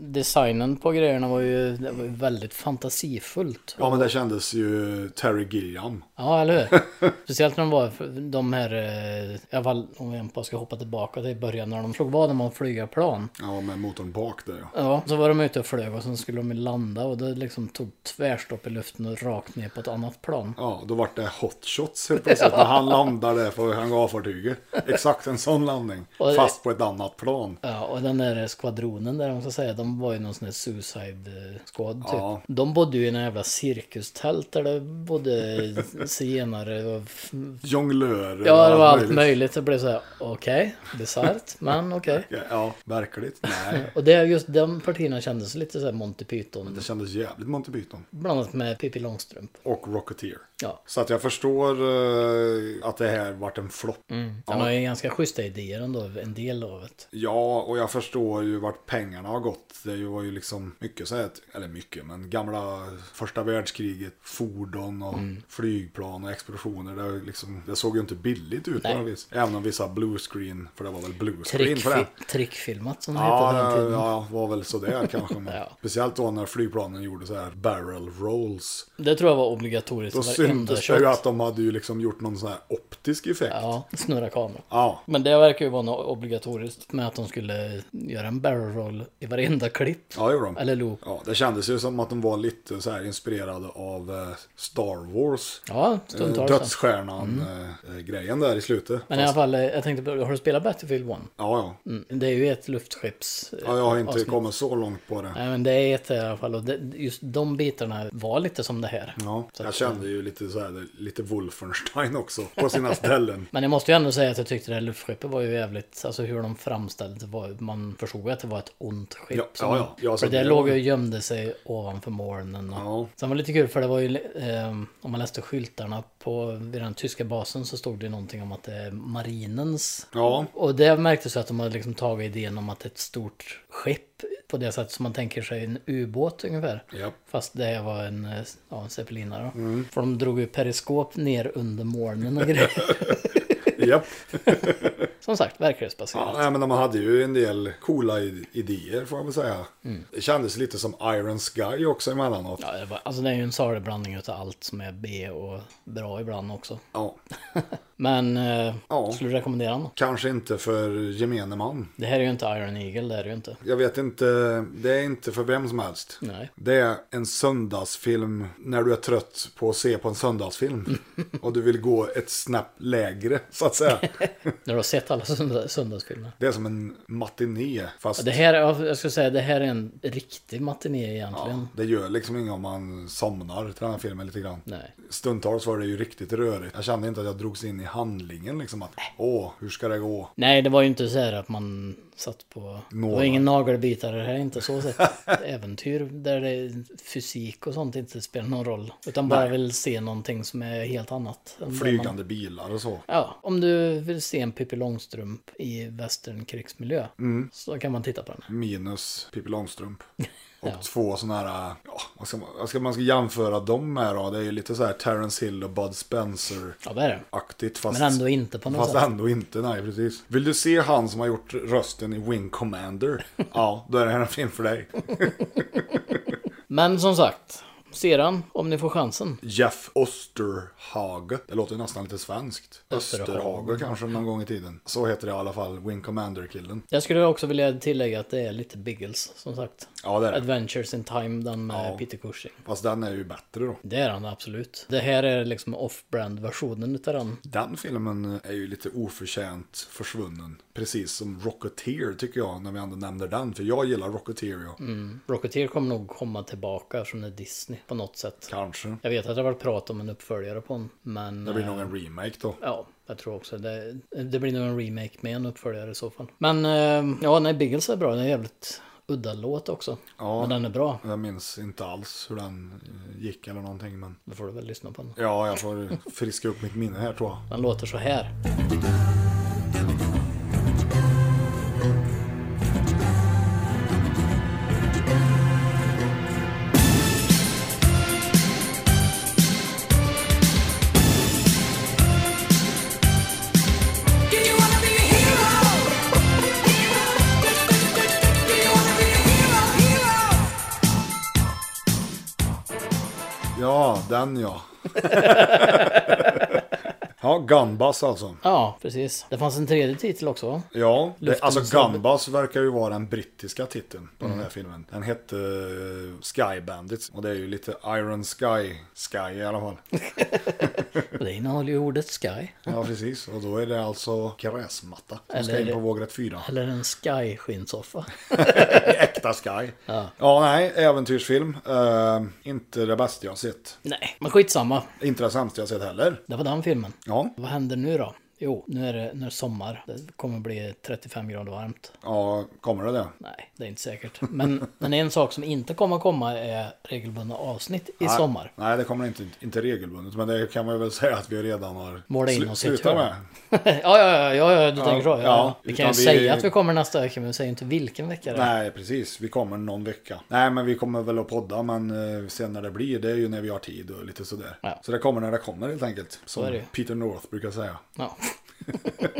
C: designen på grejerna var ju, det var ju väldigt fantasifullt.
B: Ja men det kändes ju Terry Gilliam.
C: Ja, eller hur? Speciellt när de var de här, eh, i alla fall om vi bara ska hoppa tillbaka till början när de slog vad om att flyga plan.
B: Ja med motorn bak där ja.
C: Ja, så var de ute och flög och sen skulle de ju landa och det liksom tog tvärstopp i luften och rakt ner på ett annat plan.
B: Ja, då vart det hot shots helt plötsligt när han landar där på hangarfartyget. Exakt en sån landning,
C: Och-
B: fast på ett annat plan.
C: Ja, och den där skvadronen där, om man ska säga, de var ju någon sån där suicide eh, squad typ.
B: Ja.
C: De bodde ju i en jävla cirkustält där det bodde zigenare och f-
B: Jonglörer
C: Ja, det var allt
B: möjligt.
C: möjligt. Det blev så här, okej, bisarrt, men okej.
B: Ja, ja, verkligt. Nej,
C: Och det, just de partierna kändes lite så här Monty Python,
B: det kändes jävligt Monty Python.
C: bland annat med Pippi Långstrump.
B: Och Rocketeer.
C: Ja.
B: Så att jag förstår eh, att det här vart en flopp.
C: Han har ju ganska schyssta idéer ändå, en del av det.
B: Ja, och jag förstår ju vart pengarna har gått. Det var ju liksom mycket så här, att- eller mycket, men gamla första världskriget, fordon och
C: Mm.
B: flygplan och explosioner. Det, var ju liksom, det såg ju inte billigt ut på
C: Nej.
B: något vis. Även om vissa bluescreen, för det var väl bluescreen på
C: Trickfi
B: det.
C: trickfilmat som det hette på den
B: Ja,
C: tiden.
B: ja, var väl sådär kanske. Men
C: Ja.
B: Speciellt då när flygplanen gjorde så här barrel rolls.
C: Det tror jag var obligatoriskt
B: Då
C: i varenda
B: syntes det ju att
C: shot.
B: de hade ju liksom gjort någon sån här optisk effekt.
C: Ja, snurra kameran.
B: ja.
C: Men det verkar ju vara något obligatoriskt med att de skulle göra en barrel roll i varenda klipp.
B: Ja, det gjorde de.
C: Eller loop.
B: Ja, det kändes ju som att de var lite så här inspirerade av eh, Star Wars.
C: Ja,
B: Eh,
C: stundtals. så.
B: Dödsstjärnan-grejen där i slutet.
C: Men i alla
B: Fast-
C: fall, eh, jag tänkte, på- har du spelat Battlefield 1?
B: Ja, ja.
C: Mm, Det är ju ett luftskepps... eh,
B: ja, jag har inte
C: avsnitt.
B: kommit så långt på det.
C: Nej men det är ett i alla fall och det, just de bitarna var lite som det här.
B: Ja,
C: Så
B: jag
C: att-
B: kände ju lite så här, lite Wolfenstein också på sina ställen.
C: Men jag måste ju ändå säga att jag tyckte det här luftskeppet var ju jävligt, alltså hur de framställde det var, man förstod ju att det var ett ont skepp.
B: Ja,
C: som-
B: ja, ja. Ja, så
C: för det,
B: det
C: låg
B: var-
C: ju och gömde sig ovanför molnen. Och...
B: Ja.
C: Sen var det lite kul för det var ju, eh, om man läste skyltarna på, vid den tyska basen så stod det ju någonting om att det är marinens
B: Ja,
C: Och det märktes ju att de hade liksom tagit idén om att ett stort skepp på det sättet som man tänker sig en ubåt ungefär.
B: Ja. Mm.
C: Fast det var en, eh, ja, en zeppelinare. då. För de drog ju periskop ner under molnen och grejer.
B: japp.
C: som sagt,
B: Ja,
C: verklighetsbaserat.
B: nej, men de hade ju en del coola i- idéer får jag väl säga. Det kändes lite som Iron Sky också emellanåt.
C: Mm. Ja, det var, alltså det är ju en salig blandning utav allt som är B och bra ibland också.
B: Ja.
C: Men eh,
B: Ja.
C: skulle du rekommendera den? då?
B: Kanske inte för gemene man.
C: Det här är ju inte Iron Eagle, det är det ju inte.
B: Jag vet inte, det är inte för vem som helst.
C: Nej.
B: Det är en söndagsfilm när du är trött på att se på en söndagsfilm. Och du vill gå ett snäpp lägre, så att säga.
C: När du har sett alla söndag, söndagsfilmer.
B: Det är som en matiné,
C: Ja,
B: fast
C: Det
B: det,
C: här, är- jag skulle säga, det här är en riktig matiné egentligen.
B: gör liksom inget om man somnar till den här filmen lite grann.
C: Nej.
B: Stundtals var det ju riktigt rörigt. Jag kände inte att jag drogs in i handlingen liksom att åh, hur ska det gå?
C: Nej, det var ju inte så här att man satt på... Det var
B: Nålar.
C: ingen nagelbitare här, inte så sett. Äventyr där det fysik och sånt inte spelar någon roll. Utan bara vill se någonting som är helt annat. än det Man...
B: Flygande bilar och så.
C: Ja, om du vill se en Pippi Långstrump i västernkrigsmiljö
B: Mm.
C: så kan man titta på den.
B: Minus Pippi Långstrump. Och två sådana här, ja, vad ska man, vad ska man ska jämföra dem med då? Det är ju lite så här Terence Hill och Bud Spencer.
C: Ja, det är det.
B: aktigt fast,
C: Men ändå inte på något
B: fast
C: sätt.
B: ändå inte, nej precis. Vill du se han som har gjort rösten i Wing Commander? ja, då är det här en film för dig.
C: Men som sagt, Se den om ni får chansen.
B: Jeff Osterhage. Det låter ju nästan lite svenskt.
C: Österhage.
B: Österhage kanske någon gång i tiden. Så heter det i alla fall, Wing Commander-killen.
C: Jag skulle också vilja tillägga att det är lite Biggles som sagt.
B: Ja, det är det.
C: Adventures in Time, den med
B: Ja.
C: Peter Cushing.
B: Fast den är ju bättre då.
C: Det är han absolut. Det här är liksom off-brand versionen utav den.
B: Den filmen är ju lite oförtjänt försvunnen. Precis som Rocketeer tycker jag, när vi ändå nämner den. För jag gillar Rocketeer ja.
C: Rocketeer kommer nog komma tillbaka eftersom det är Disney på något sätt.
B: Kanske.
C: Jag vet att det har varit prat om en uppföljare på den, men...
B: Det blir nog
C: eh,
B: en remake då.
C: Ja, jag tror också det. Det blir nog en remake med en uppföljare i så fall. Men eh, ja, nej, Biggles är bra. Den är en jävligt udda låt också.
B: Ja.
C: Men den är bra.
B: Jag minns inte alls hur den eh, gick eller någonting men...
C: Då får du väl lyssna på den.
B: Ja, jag får friska upp mitt minne här tror jag.
C: Den låter så här.
B: Ja, den ja. ja, Gambas alltså.
C: Ja, precis. Det fanns en tredje titel också. va?
B: Ja, det,
C: Luftens
B: alltså Gambas verkar ju vara den brittiska titeln på den här filmen. Den hette eh, Sky Bandits och det är ju lite Iron Sky, Sky i alla fall.
C: Och Det innehåller ju ordet Sky.
B: Ja, precis. Och då är det alltså gräsmatta som ska
C: Eller-
B: in på vågrätt 4.
C: Eller en Sky-skinnsoffa.
B: Äkta Sky. Ja, nej, äventyrsfilm. Eh, inte det bästa jag har sett.
C: nej, men skitsamma.
B: Inte det sämsta jag har sett heller.
C: Det var den filmen.
B: Ja,
C: Vad händer nu då? Jo, nu är det, nu är det sommar. Det kommer bli 35 grader varmt.
B: ja kommer det det?
C: Nej, det är inte säkert. Men, men en sak som inte kommer komma är regelbundna avsnitt i
B: Nej,
C: sommar.
B: Nej, det kommer inte, inte regelbundet. Men det kan man väl säga att vi redan har
C: Måla in
B: slu-
C: oss i ett
B: slutat
C: hörn.
B: med.
C: ja, ja, ja, ja, ja, du
B: Ja,
C: tänker så. Ja.
B: ja.
C: vi kan ju
B: Utan vi-
C: säga att vi kommer nästa vecka, men vi säger inte vilken vecka det är.
B: Nej, precis. Vi kommer någon vecka. Nej, men vi kommer väl att podda, men eh, sen när det blir, det är ju när vi har tid och lite sådär.
C: Ja.
B: Så det kommer när det kommer helt enkelt. Som
C: är det ju.
B: Peter North brukar säga.
C: Ja.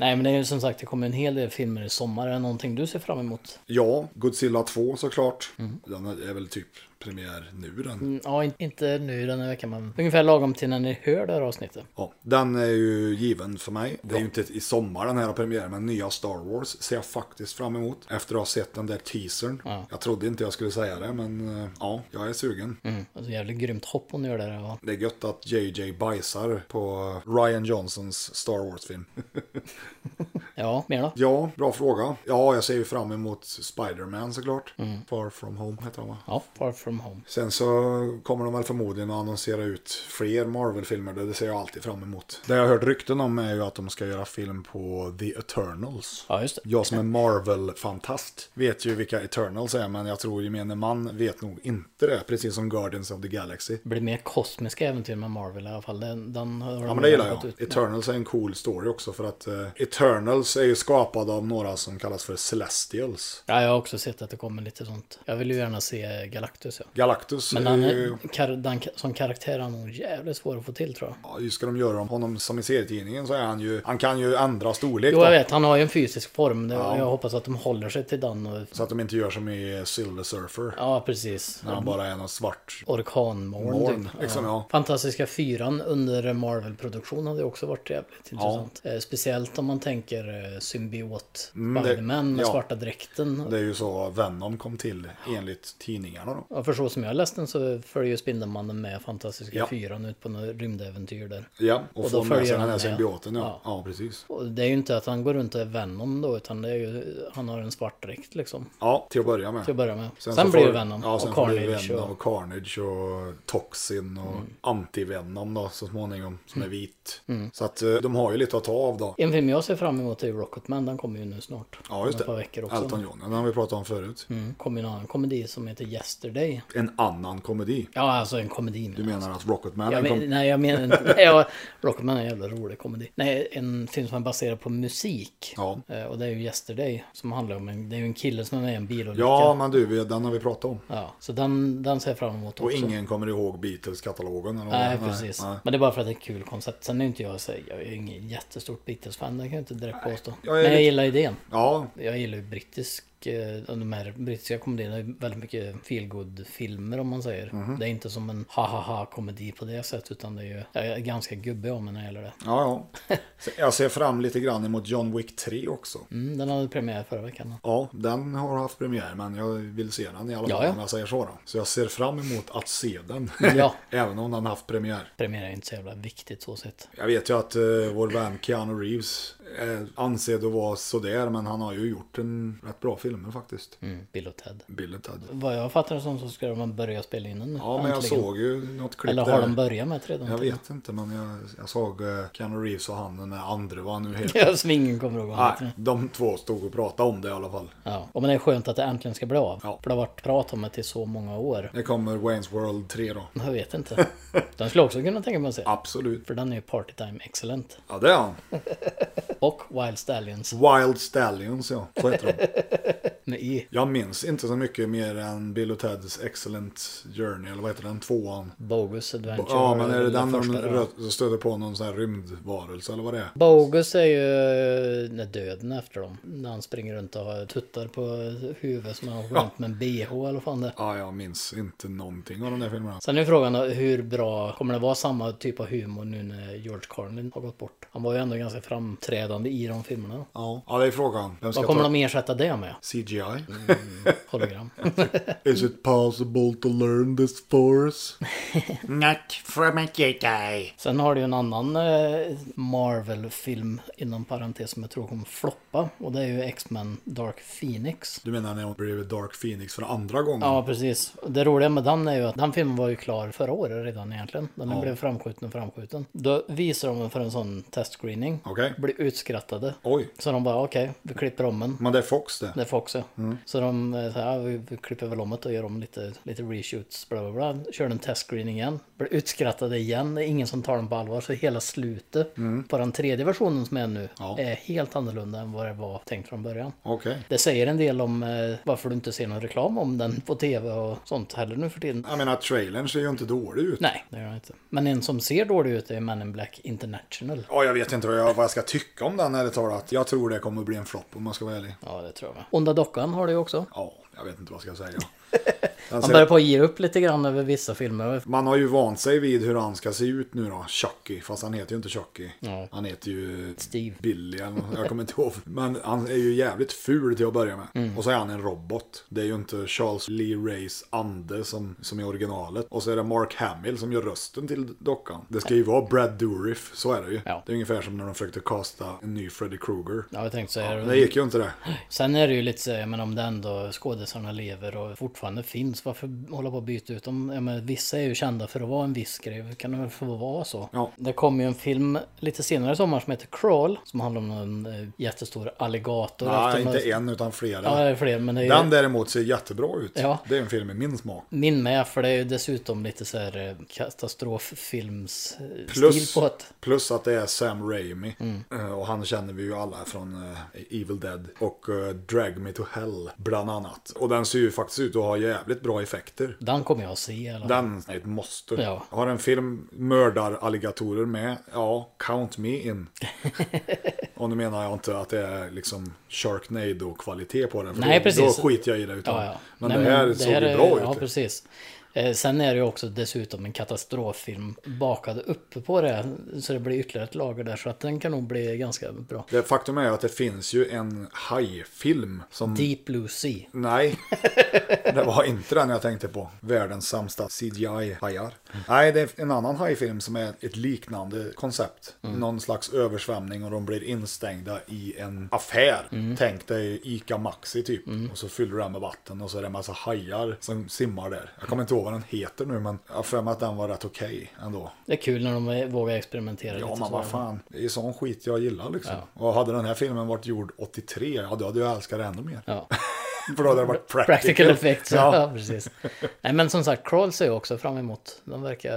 C: Nej, men det är ju som sagt, det kommer en hel del filmer i sommar. Är det någonting du ser fram emot?
B: Ja, Godzilla 2 såklart. Den är väl typ premiär nu den.
C: Ja, in- inte nu den här veckan, men ungefär lagom till när ni hör det här avsnittet.
B: Ja, den är ju given för mig. Det är ju inte i sommar den här har premiär, men nya Star Wars ser jag faktiskt fram emot. Efter att ha sett den där teasern. Jag trodde inte jag skulle säga det, men eh, ja, jag är sugen.
C: Alltså jävligt grymt hopp hon gör där. Ja.
B: Det är gött att JJ bajsar på Ryan Johnsons Star Wars-film.
C: ja, mer då?
B: ja, bra fråga. Ja, jag ser ju fram emot Spider-Man såklart. Far from home heter han va?
C: Ja, Far From Home.
B: Sen så kommer de väl förmodligen att annonsera ut fler Marvel-filmer. Det det ser jag alltid fram emot. Det jag har hört rykten om är ju att de ska göra film på The Eternals.
C: Ja, just det.
B: Jag som är Marvel-fantast vet ju vilka Eternals är, men jag tror gemene man vet nog inte det. Precis som Guardians of the Galaxy.
C: Det blir mer kosmiska äventyr med Marvel i alla fall. Den, den har
B: Ja men det gillar jag. Eternals är en cool story också för att eh, Eternals är ju skapad av några som kallas för Celestials.
C: Ja, jag har också sett att det kommer lite sånt. Jag vill ju gärna se Galactus. Ja.
B: Galactus
C: Men
B: är
C: den,
B: ju...
C: är, kar, den ka- som karaktär är nog jävligt svår att få till tror jag.
B: Ja, hur ska de göra om honom som i serietidningen så är han ju... Han kan ju ändra storlek
C: Jo, jag
B: då.
C: vet. Han har ju en fysisk form. Det- Jag hoppas att de håller sig till den. Och,
B: Så att de inte gör som i Silver Surfer.
C: ja, precis.
B: När han bara är någon svart...
C: Orkanmoln.
B: Moln,
C: typ.
B: liksom, ja.
C: Fantastiska fyran under Marvel-produktion hade ju också varit jävligt intressant. Eh, Speciellt om man tänker eh, symbiot
B: Mm, det-
C: Spiderman med
B: ja.
C: svarta dräkten.
B: Det är ju så Venom kom till enligt tidningarna då.
C: Ja, för så som jag läste den så följer ju Spindelmannen med Fantastiska
B: Ja.
C: fyran ut på något rymdäventyr där.
B: Ja, och,
C: Och
B: får
C: då
B: med
C: följer
B: sig den
C: han
B: här
C: med.
B: symbioten ja.
C: Ja.
B: Ja, precis.
C: Och det är ju inte att han går runt och är Venom då, utan det är ju, han har en svart dräkt liksom.
B: Ja, till att börja med.
C: Till att börja med. Sen,
B: så
C: blir
B: får-
C: det Venom
B: Ja, sen
C: och
B: får det ju
C: Carnage.
B: Venom
C: Och, Mm.
B: och Carnage och Toxin och Anti-Venom då så småningom. Som är vit. Så att eh, de har ju lite att ta av då.
C: en film jag ser fram emot är ju Rocketman, den kommer ju nu snart.
B: Ja, just
C: Om ett par
B: det.
C: veckor också.
B: Elton John, den har vi pratat om förut.
C: Mm. kommer ju en annan komedi som heter Yesterday.
B: En annan komedi.
C: Ja, alltså en komedi.
B: Du menar att Rocketman
C: jag
B: är kom...
C: men, nej, jag menar inte... nej, jag- Rocketman är en jävla rolig komedi. Nej, en film som är baserad på musik.
B: Ja.
C: Eh, Och det är ju Yesterday som handlar om en... Det är ju en kille som är med i en bilolycka.
B: Ja, men du, vi- den har vi pratat om.
C: ja så den, den ser jag fram emot också.
B: Och ingen kommer ihåg Beatles-katalogen. eller vad det
C: Nej,
B: är.
C: precis.
B: nej.
C: Men det är bara för att det är ett kul koncept. Sen är inte jag, så- jag är ju ingen jättestort Beatles-fan, det kan jag inte direkt påstå.
B: jag är
C: Men jag
B: lite-
C: gillar idén.
B: Ja,
C: Jag gillar ju brittisk eh, de här brittiska komedierna är väldigt mycket feelgood filmer om man säger.
B: Mhm.
C: Det är inte som en ha-ha-ha-komedi på det sättet utan det är ju, jag är ganska gubbig om mig när det gäller det.
B: Ja, ja. Så Jag ser fram lite grann emot John Wick 3 också.
C: Mm, den hade premiär förra veckan.
B: Ja, den har haft premiär, men jag vill se den i alla fall
C: Ja, ja.
B: om jag säger så. Då. Så jag ser fram emot att se den,
C: Ja.
B: även om den haft premiär.
C: Premiär är inte så jävla viktigt så sett.
B: Jag vet ju att eh, vår vän Keanu Reeves eh, ansedd att vara sådär, men han har ju gjort en rätt bra film faktiskt.
C: Mm, Bill och Ted.
B: Bill och Ted.
C: Vad jag fattar det som så ska de börja spela in den nu,
B: Ja, men jag
C: äntligen.
B: såg ju något klipp
C: Eller har de börjat med det redan?
B: Jag vet inte, men jag, jag såg eh, Keanu Reeves och han den där andra, vad han nu heter.
C: Jag svingen kommer ihåg vad
B: Nej, de två stod och pratade om det i alla fall.
C: Ja, och men det är skönt att det äntligen ska bli av.
B: Ja.
C: För det har varit prat om det till så många år.
B: Det kommer Wayne's World 3 då.
C: Jag vet inte. Den skulle jag också kunna tänka mig att se.
B: Absolut.
C: För den är ju Party Time Excellent.
B: Ja, det är han.
C: Och Wild Stallions
B: Wild Stallions, ja. Så heter de.
C: med i
B: Jag minns inte så mycket mer än Bill och Teds Excellent Journey, eller vad heter den? Tvåan.
C: Bogus Adventure.
B: Ja, men är det den
C: första
B: de
C: då?
B: rö- stöter på någon sån här rymdvarelse, eller vad det är?
C: Bogus är ju när döden är efter dem. När han springer runt och har tuttar på huvudet som han har skönt med en bh eller vad fan det är.
B: Ja, jag minns inte någonting av de där alltså. filmerna.
C: Sen är frågan då, hur bra kommer det vara samma typ av humor nu när George Carlin har gått bort? Han var ju ändå ganska framträdande i de filmerna. då.
B: Ja, ja det är frågan. Vem ska
C: Vad kommer
B: ta
C: de ersätta det med?
B: CGI?
C: Hologram.
B: Is it possible to learn this force?
J: Not from a Jedi.
C: Sen har du ju en annan eh, Marvel-film inom parentes som jag tror kommer floppa. Och det är ju X-Men Dark Phoenix.
B: Du menar när hon blev Dark Phoenix för andra gången?
C: Ja, precis. Det roliga med den är ju att den filmen var ju klar förra året redan egentligen. Den blev framskjuten och framskjuten. Då visar de den för en sån testscreening.
B: Okej.
C: Blir utskrattade.
B: Oj, Mm.
C: Så de bara, okej, vi klipper om den.
B: men det är Fox det.
C: Det får också.
B: Mm.
C: Så de eh, så här, ja, vi, vi klipper väl om det och gör om lite, lite reshoots, bla bla bla. Kör en testscreening igen. Blir utskrattade igen. Det är ingen som tar dem på allvar. Så hela slutet på den tredje versionen som är nu
B: Mm. Ja.
C: är helt annorlunda än vad det var tänkt från början.
B: Okej.
C: Det säger en del om eh, varför du inte ser någon reklam om den på tv och sånt heller nu för tiden.
B: Jag menar, trailern ser ju inte dålig ut.
C: Nej, det gör den inte. Men en som ser dålig ut är Man in Black International.
B: Ja, jag vet inte vad jag, vad jag ska tycka om den ärligt talat. Jag tror det kommer bli en flopp om man ska vara ärlig.
C: Ja, det tror jag. med. Onda Dockan har det ju också.
B: Ja, jag vet inte vad jag ska säga.
C: Han
B: Alltså,
C: börjar på att ge upp lite grann över vissa filmer.
B: Man har ju vant sig vid hur han ska se ut nu då, Chucky. Fast han heter ju inte Chucky.
C: Nej.
B: Han heter ju
C: Steve.
B: Billy eller något. Jag kommer inte ihåg. Men han är ju jävligt ful till att börja med.
C: Mm.
B: Och så är han en robot. Det är ju inte Charles Lee Rays ande som, som är originalet. Och så är det Mark Hamill som gör rösten till dockan. Det ska ju vara Brad Dourif, så är det ju.
C: Ja.
B: Det är ungefär som när de försökte kasta en ny Freddy Krueger.
C: Ja, jag tänkte säga
B: Men det gick ju inte det.
C: Sen är det ju lite så, jag menar om det ändå skådisarna lever och fortfarande finns, varför hålla på och byta ut dem? Jag menar, vissa är ju kända för att vara en viss grej, kan de väl få vara så?
B: Ja.
C: Det kom ju en film lite senare i sommar som heter Crawl, som handlar om en eh, jättestor alligator.
B: Nej,
C: efter-
B: inte en utan flera.
C: Ja, det är fler, men det är ju...
B: Den däremot ser jättebra ut.
C: Ja.
B: Det är en film i min smak.
C: Min med, för det är ju dessutom lite så här eh, katastroffilms-stil
B: Plus,
C: på att...
B: plus att det är Sam Raimi. Eh, Och han känner vi ju alla från eh, Evil Dead och eh, Drag Me To Hell bland annat. Och den ser ju faktiskt ut att ha jävligt bra effekter.
C: Den kommer jag att se. Eller?
B: Den är ett måste.
C: Ja.
B: Har en film mördar alligatorer med? Ja, count me in. och nu menar jag inte att det är liksom Sharknado-kvalitet på den. För
C: Nej,
B: då,
C: precis.
B: då skiter jag i det. Utan,
C: Ja, ja.
B: Men
C: Nej,
B: det här såg
C: här
B: ju
C: är-
B: bra ut.
C: Ja, precis. Eh, Sen är det ju också dessutom en katastroffilm bakad uppe på det. Så det blir ytterligare ett lager där. Så att den kan nog bli ganska bra.
B: Det faktum är ju att det finns ju en hajfilm som...
C: Deep Blue Sea.
B: Nej, det var inte den jag tänkte på. Världens sämsta CGI-hajar. Nej, det är en annan hajfilm som är ett liknande koncept. Någon slags översvämning och de blir instängda i en affär. Tänk dig Ica Maxi typ. Och så fyller den med vatten och så är det en massa hajar som simmar där. Jag kommer inte ihåg vad den heter nu men jag har för mig att den var rätt okej ändå.
C: Det är kul när de eh, vågar experimentera
B: Ja
C: lite.
B: men vad
C: sådär.
B: fan, det är sån skit jag gillar liksom. Och hade den här filmen varit gjord 83, ja då hade jag älskat det ännu mer.
C: Ja.
B: För då hade det varit practical.
C: Practical effects, ja.
B: Ja.
C: precis. Nej men som sagt, Crawl ser jag också fram emot. De verkar,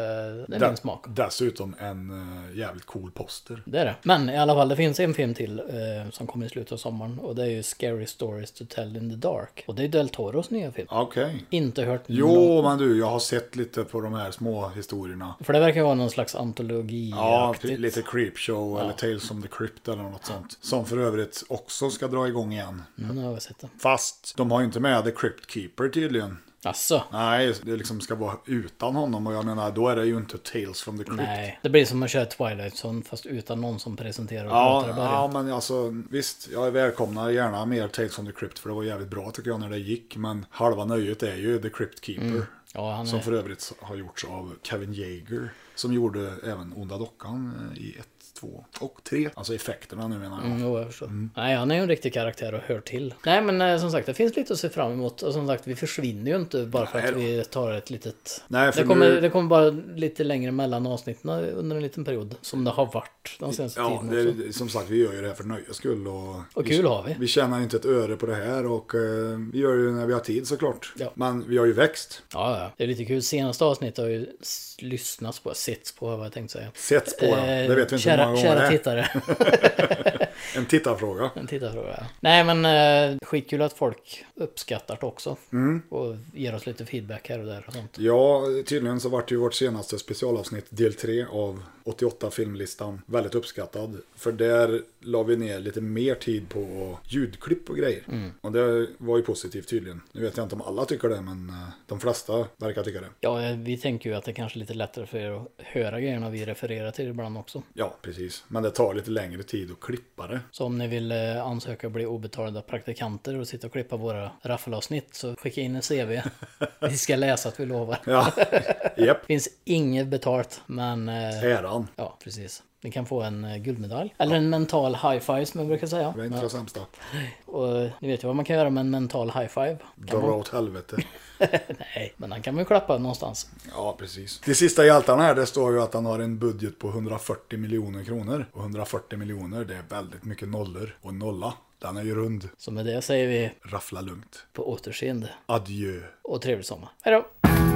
C: det är
B: Där-
C: min smak.
B: Dessutom en eh, jävligt cool poster.
C: Det är det. Men i alla fall, det finns en film till eh, som kommer i slutet av sommaren. Och det är ju Scary Stories to Tell in the Dark. Och det är Del Toros nya film.
B: Okej.
C: Inte hört någon-
B: Jo, men du, jag har sett lite på de här små historierna.
C: För det verkar ju vara någon slags antologi
B: Ja, lite Creepshow eller Tales from the Crypt eller något sånt. Som för övrigt också ska dra igång igen.
C: Mm, nu har jag sett den.
B: Fast de har ju inte med The Crypt Keeper tydligen.
C: Alltså,
B: Nej, det liksom ska vara utan honom och jag menar då är det ju inte Tales from the Crypt.
C: nej. Det blir som att köra Twilight Zone fast utan någon som presenterar och
B: Ja,
C: pratar i början.
B: ja, men alltså visst, jag välkomnar gärna mer Tales from the Crypt för det var jävligt bra tycker jag när det gick. Men halva nöjet är ju The Crypt Keeper.
C: Ja, han
B: Som
C: är...
B: för övrigt har gjorts av Kevin Yeager. Som gjorde även Onda Dockan eh, i 1, 2 och 3. Alltså effekterna nu menar jag.
C: Mm, jo, jag förstår. Nej, han är ju en riktig karaktär och hör till. Nej, men eh, som sagt, det finns lite att se fram emot. Och som sagt, vi försvinner ju inte bara för
B: Nej
C: att
B: då.
C: vi tar ett litet...
B: Nej, för
C: det, kommer,
B: nu-
C: det kommer bara lite längre mellan avsnitten under en liten period. Som det har varit den senaste
B: Ja,
C: tiden
B: det,
C: också.
B: är- som sagt vi gör ju det här för nöjes skull. Och,
C: Och kul har vi.
B: Vi tjänar inte ett öre på det här och eh, vi gör ju när vi har tid såklart.
C: Ja.
B: Men vi har ju växt.
C: Ja, ja. Det är lite kul. Senaste avsnittet har ju s- lyssnats på, setts på vad jag tänkte säga.
B: Setts på, ja.
C: Eh,
B: det vet vi inte
C: kära,
B: hur många gånger det
C: Kära
B: är.
C: tittare.
B: En tittarfråga.
C: En tittarfråga. ja. Nej men eh, skitkul att folk uppskattar det också.
B: Mm.
C: Och ger oss lite feedback här och där och sånt.
B: Ja, tydligen så vart ju vårt senaste specialavsnitt del 3 av 88-filmlistan väldigt uppskattad. För där la vi ner lite mer tid på ljudklipp och grejer. Och det var ju positivt tydligen. Nu vet jag inte om alla tycker det, men eh, de flesta verkar tycka det.
C: Ja, eh, vi tänker ju att det kanske är lite lättare för er att höra grejerna vi refererar till ibland också.
B: Ja, precis. Men det tar lite längre tid att klippa det.
C: Så om ni vill eh, ansöka och bli obetalda praktikanter och sitta och klippa våra raffelavsnitt så skicka in en CV. vi ska läsa att vi lovar.
B: Ja, japp.
C: Finns inget betalt, men eh,
B: Äran.
C: ja, precis. Ni kan få en eh, guldmedalj. Eller en mental high-five som jag brukar säga.
B: Det var inte
C: Ja.
B: det sämsta.
C: Och eh, ni vet ju vad man kan göra med en mental high-five.
B: Dra åt helvete.
C: Nej, men han kan väl klappa någonstans.
B: Ja, precis. Det sista i altarna här, det står ju att han har en budget på 140 miljoner kronor. Och 140 miljoner, det är väldigt mycket nollor. Och nolla, den är ju rund.
C: Så med det säger vi
B: Raffla lugnt.
C: på återseende
B: Adjö.
C: och trevlig sommar. Hej då!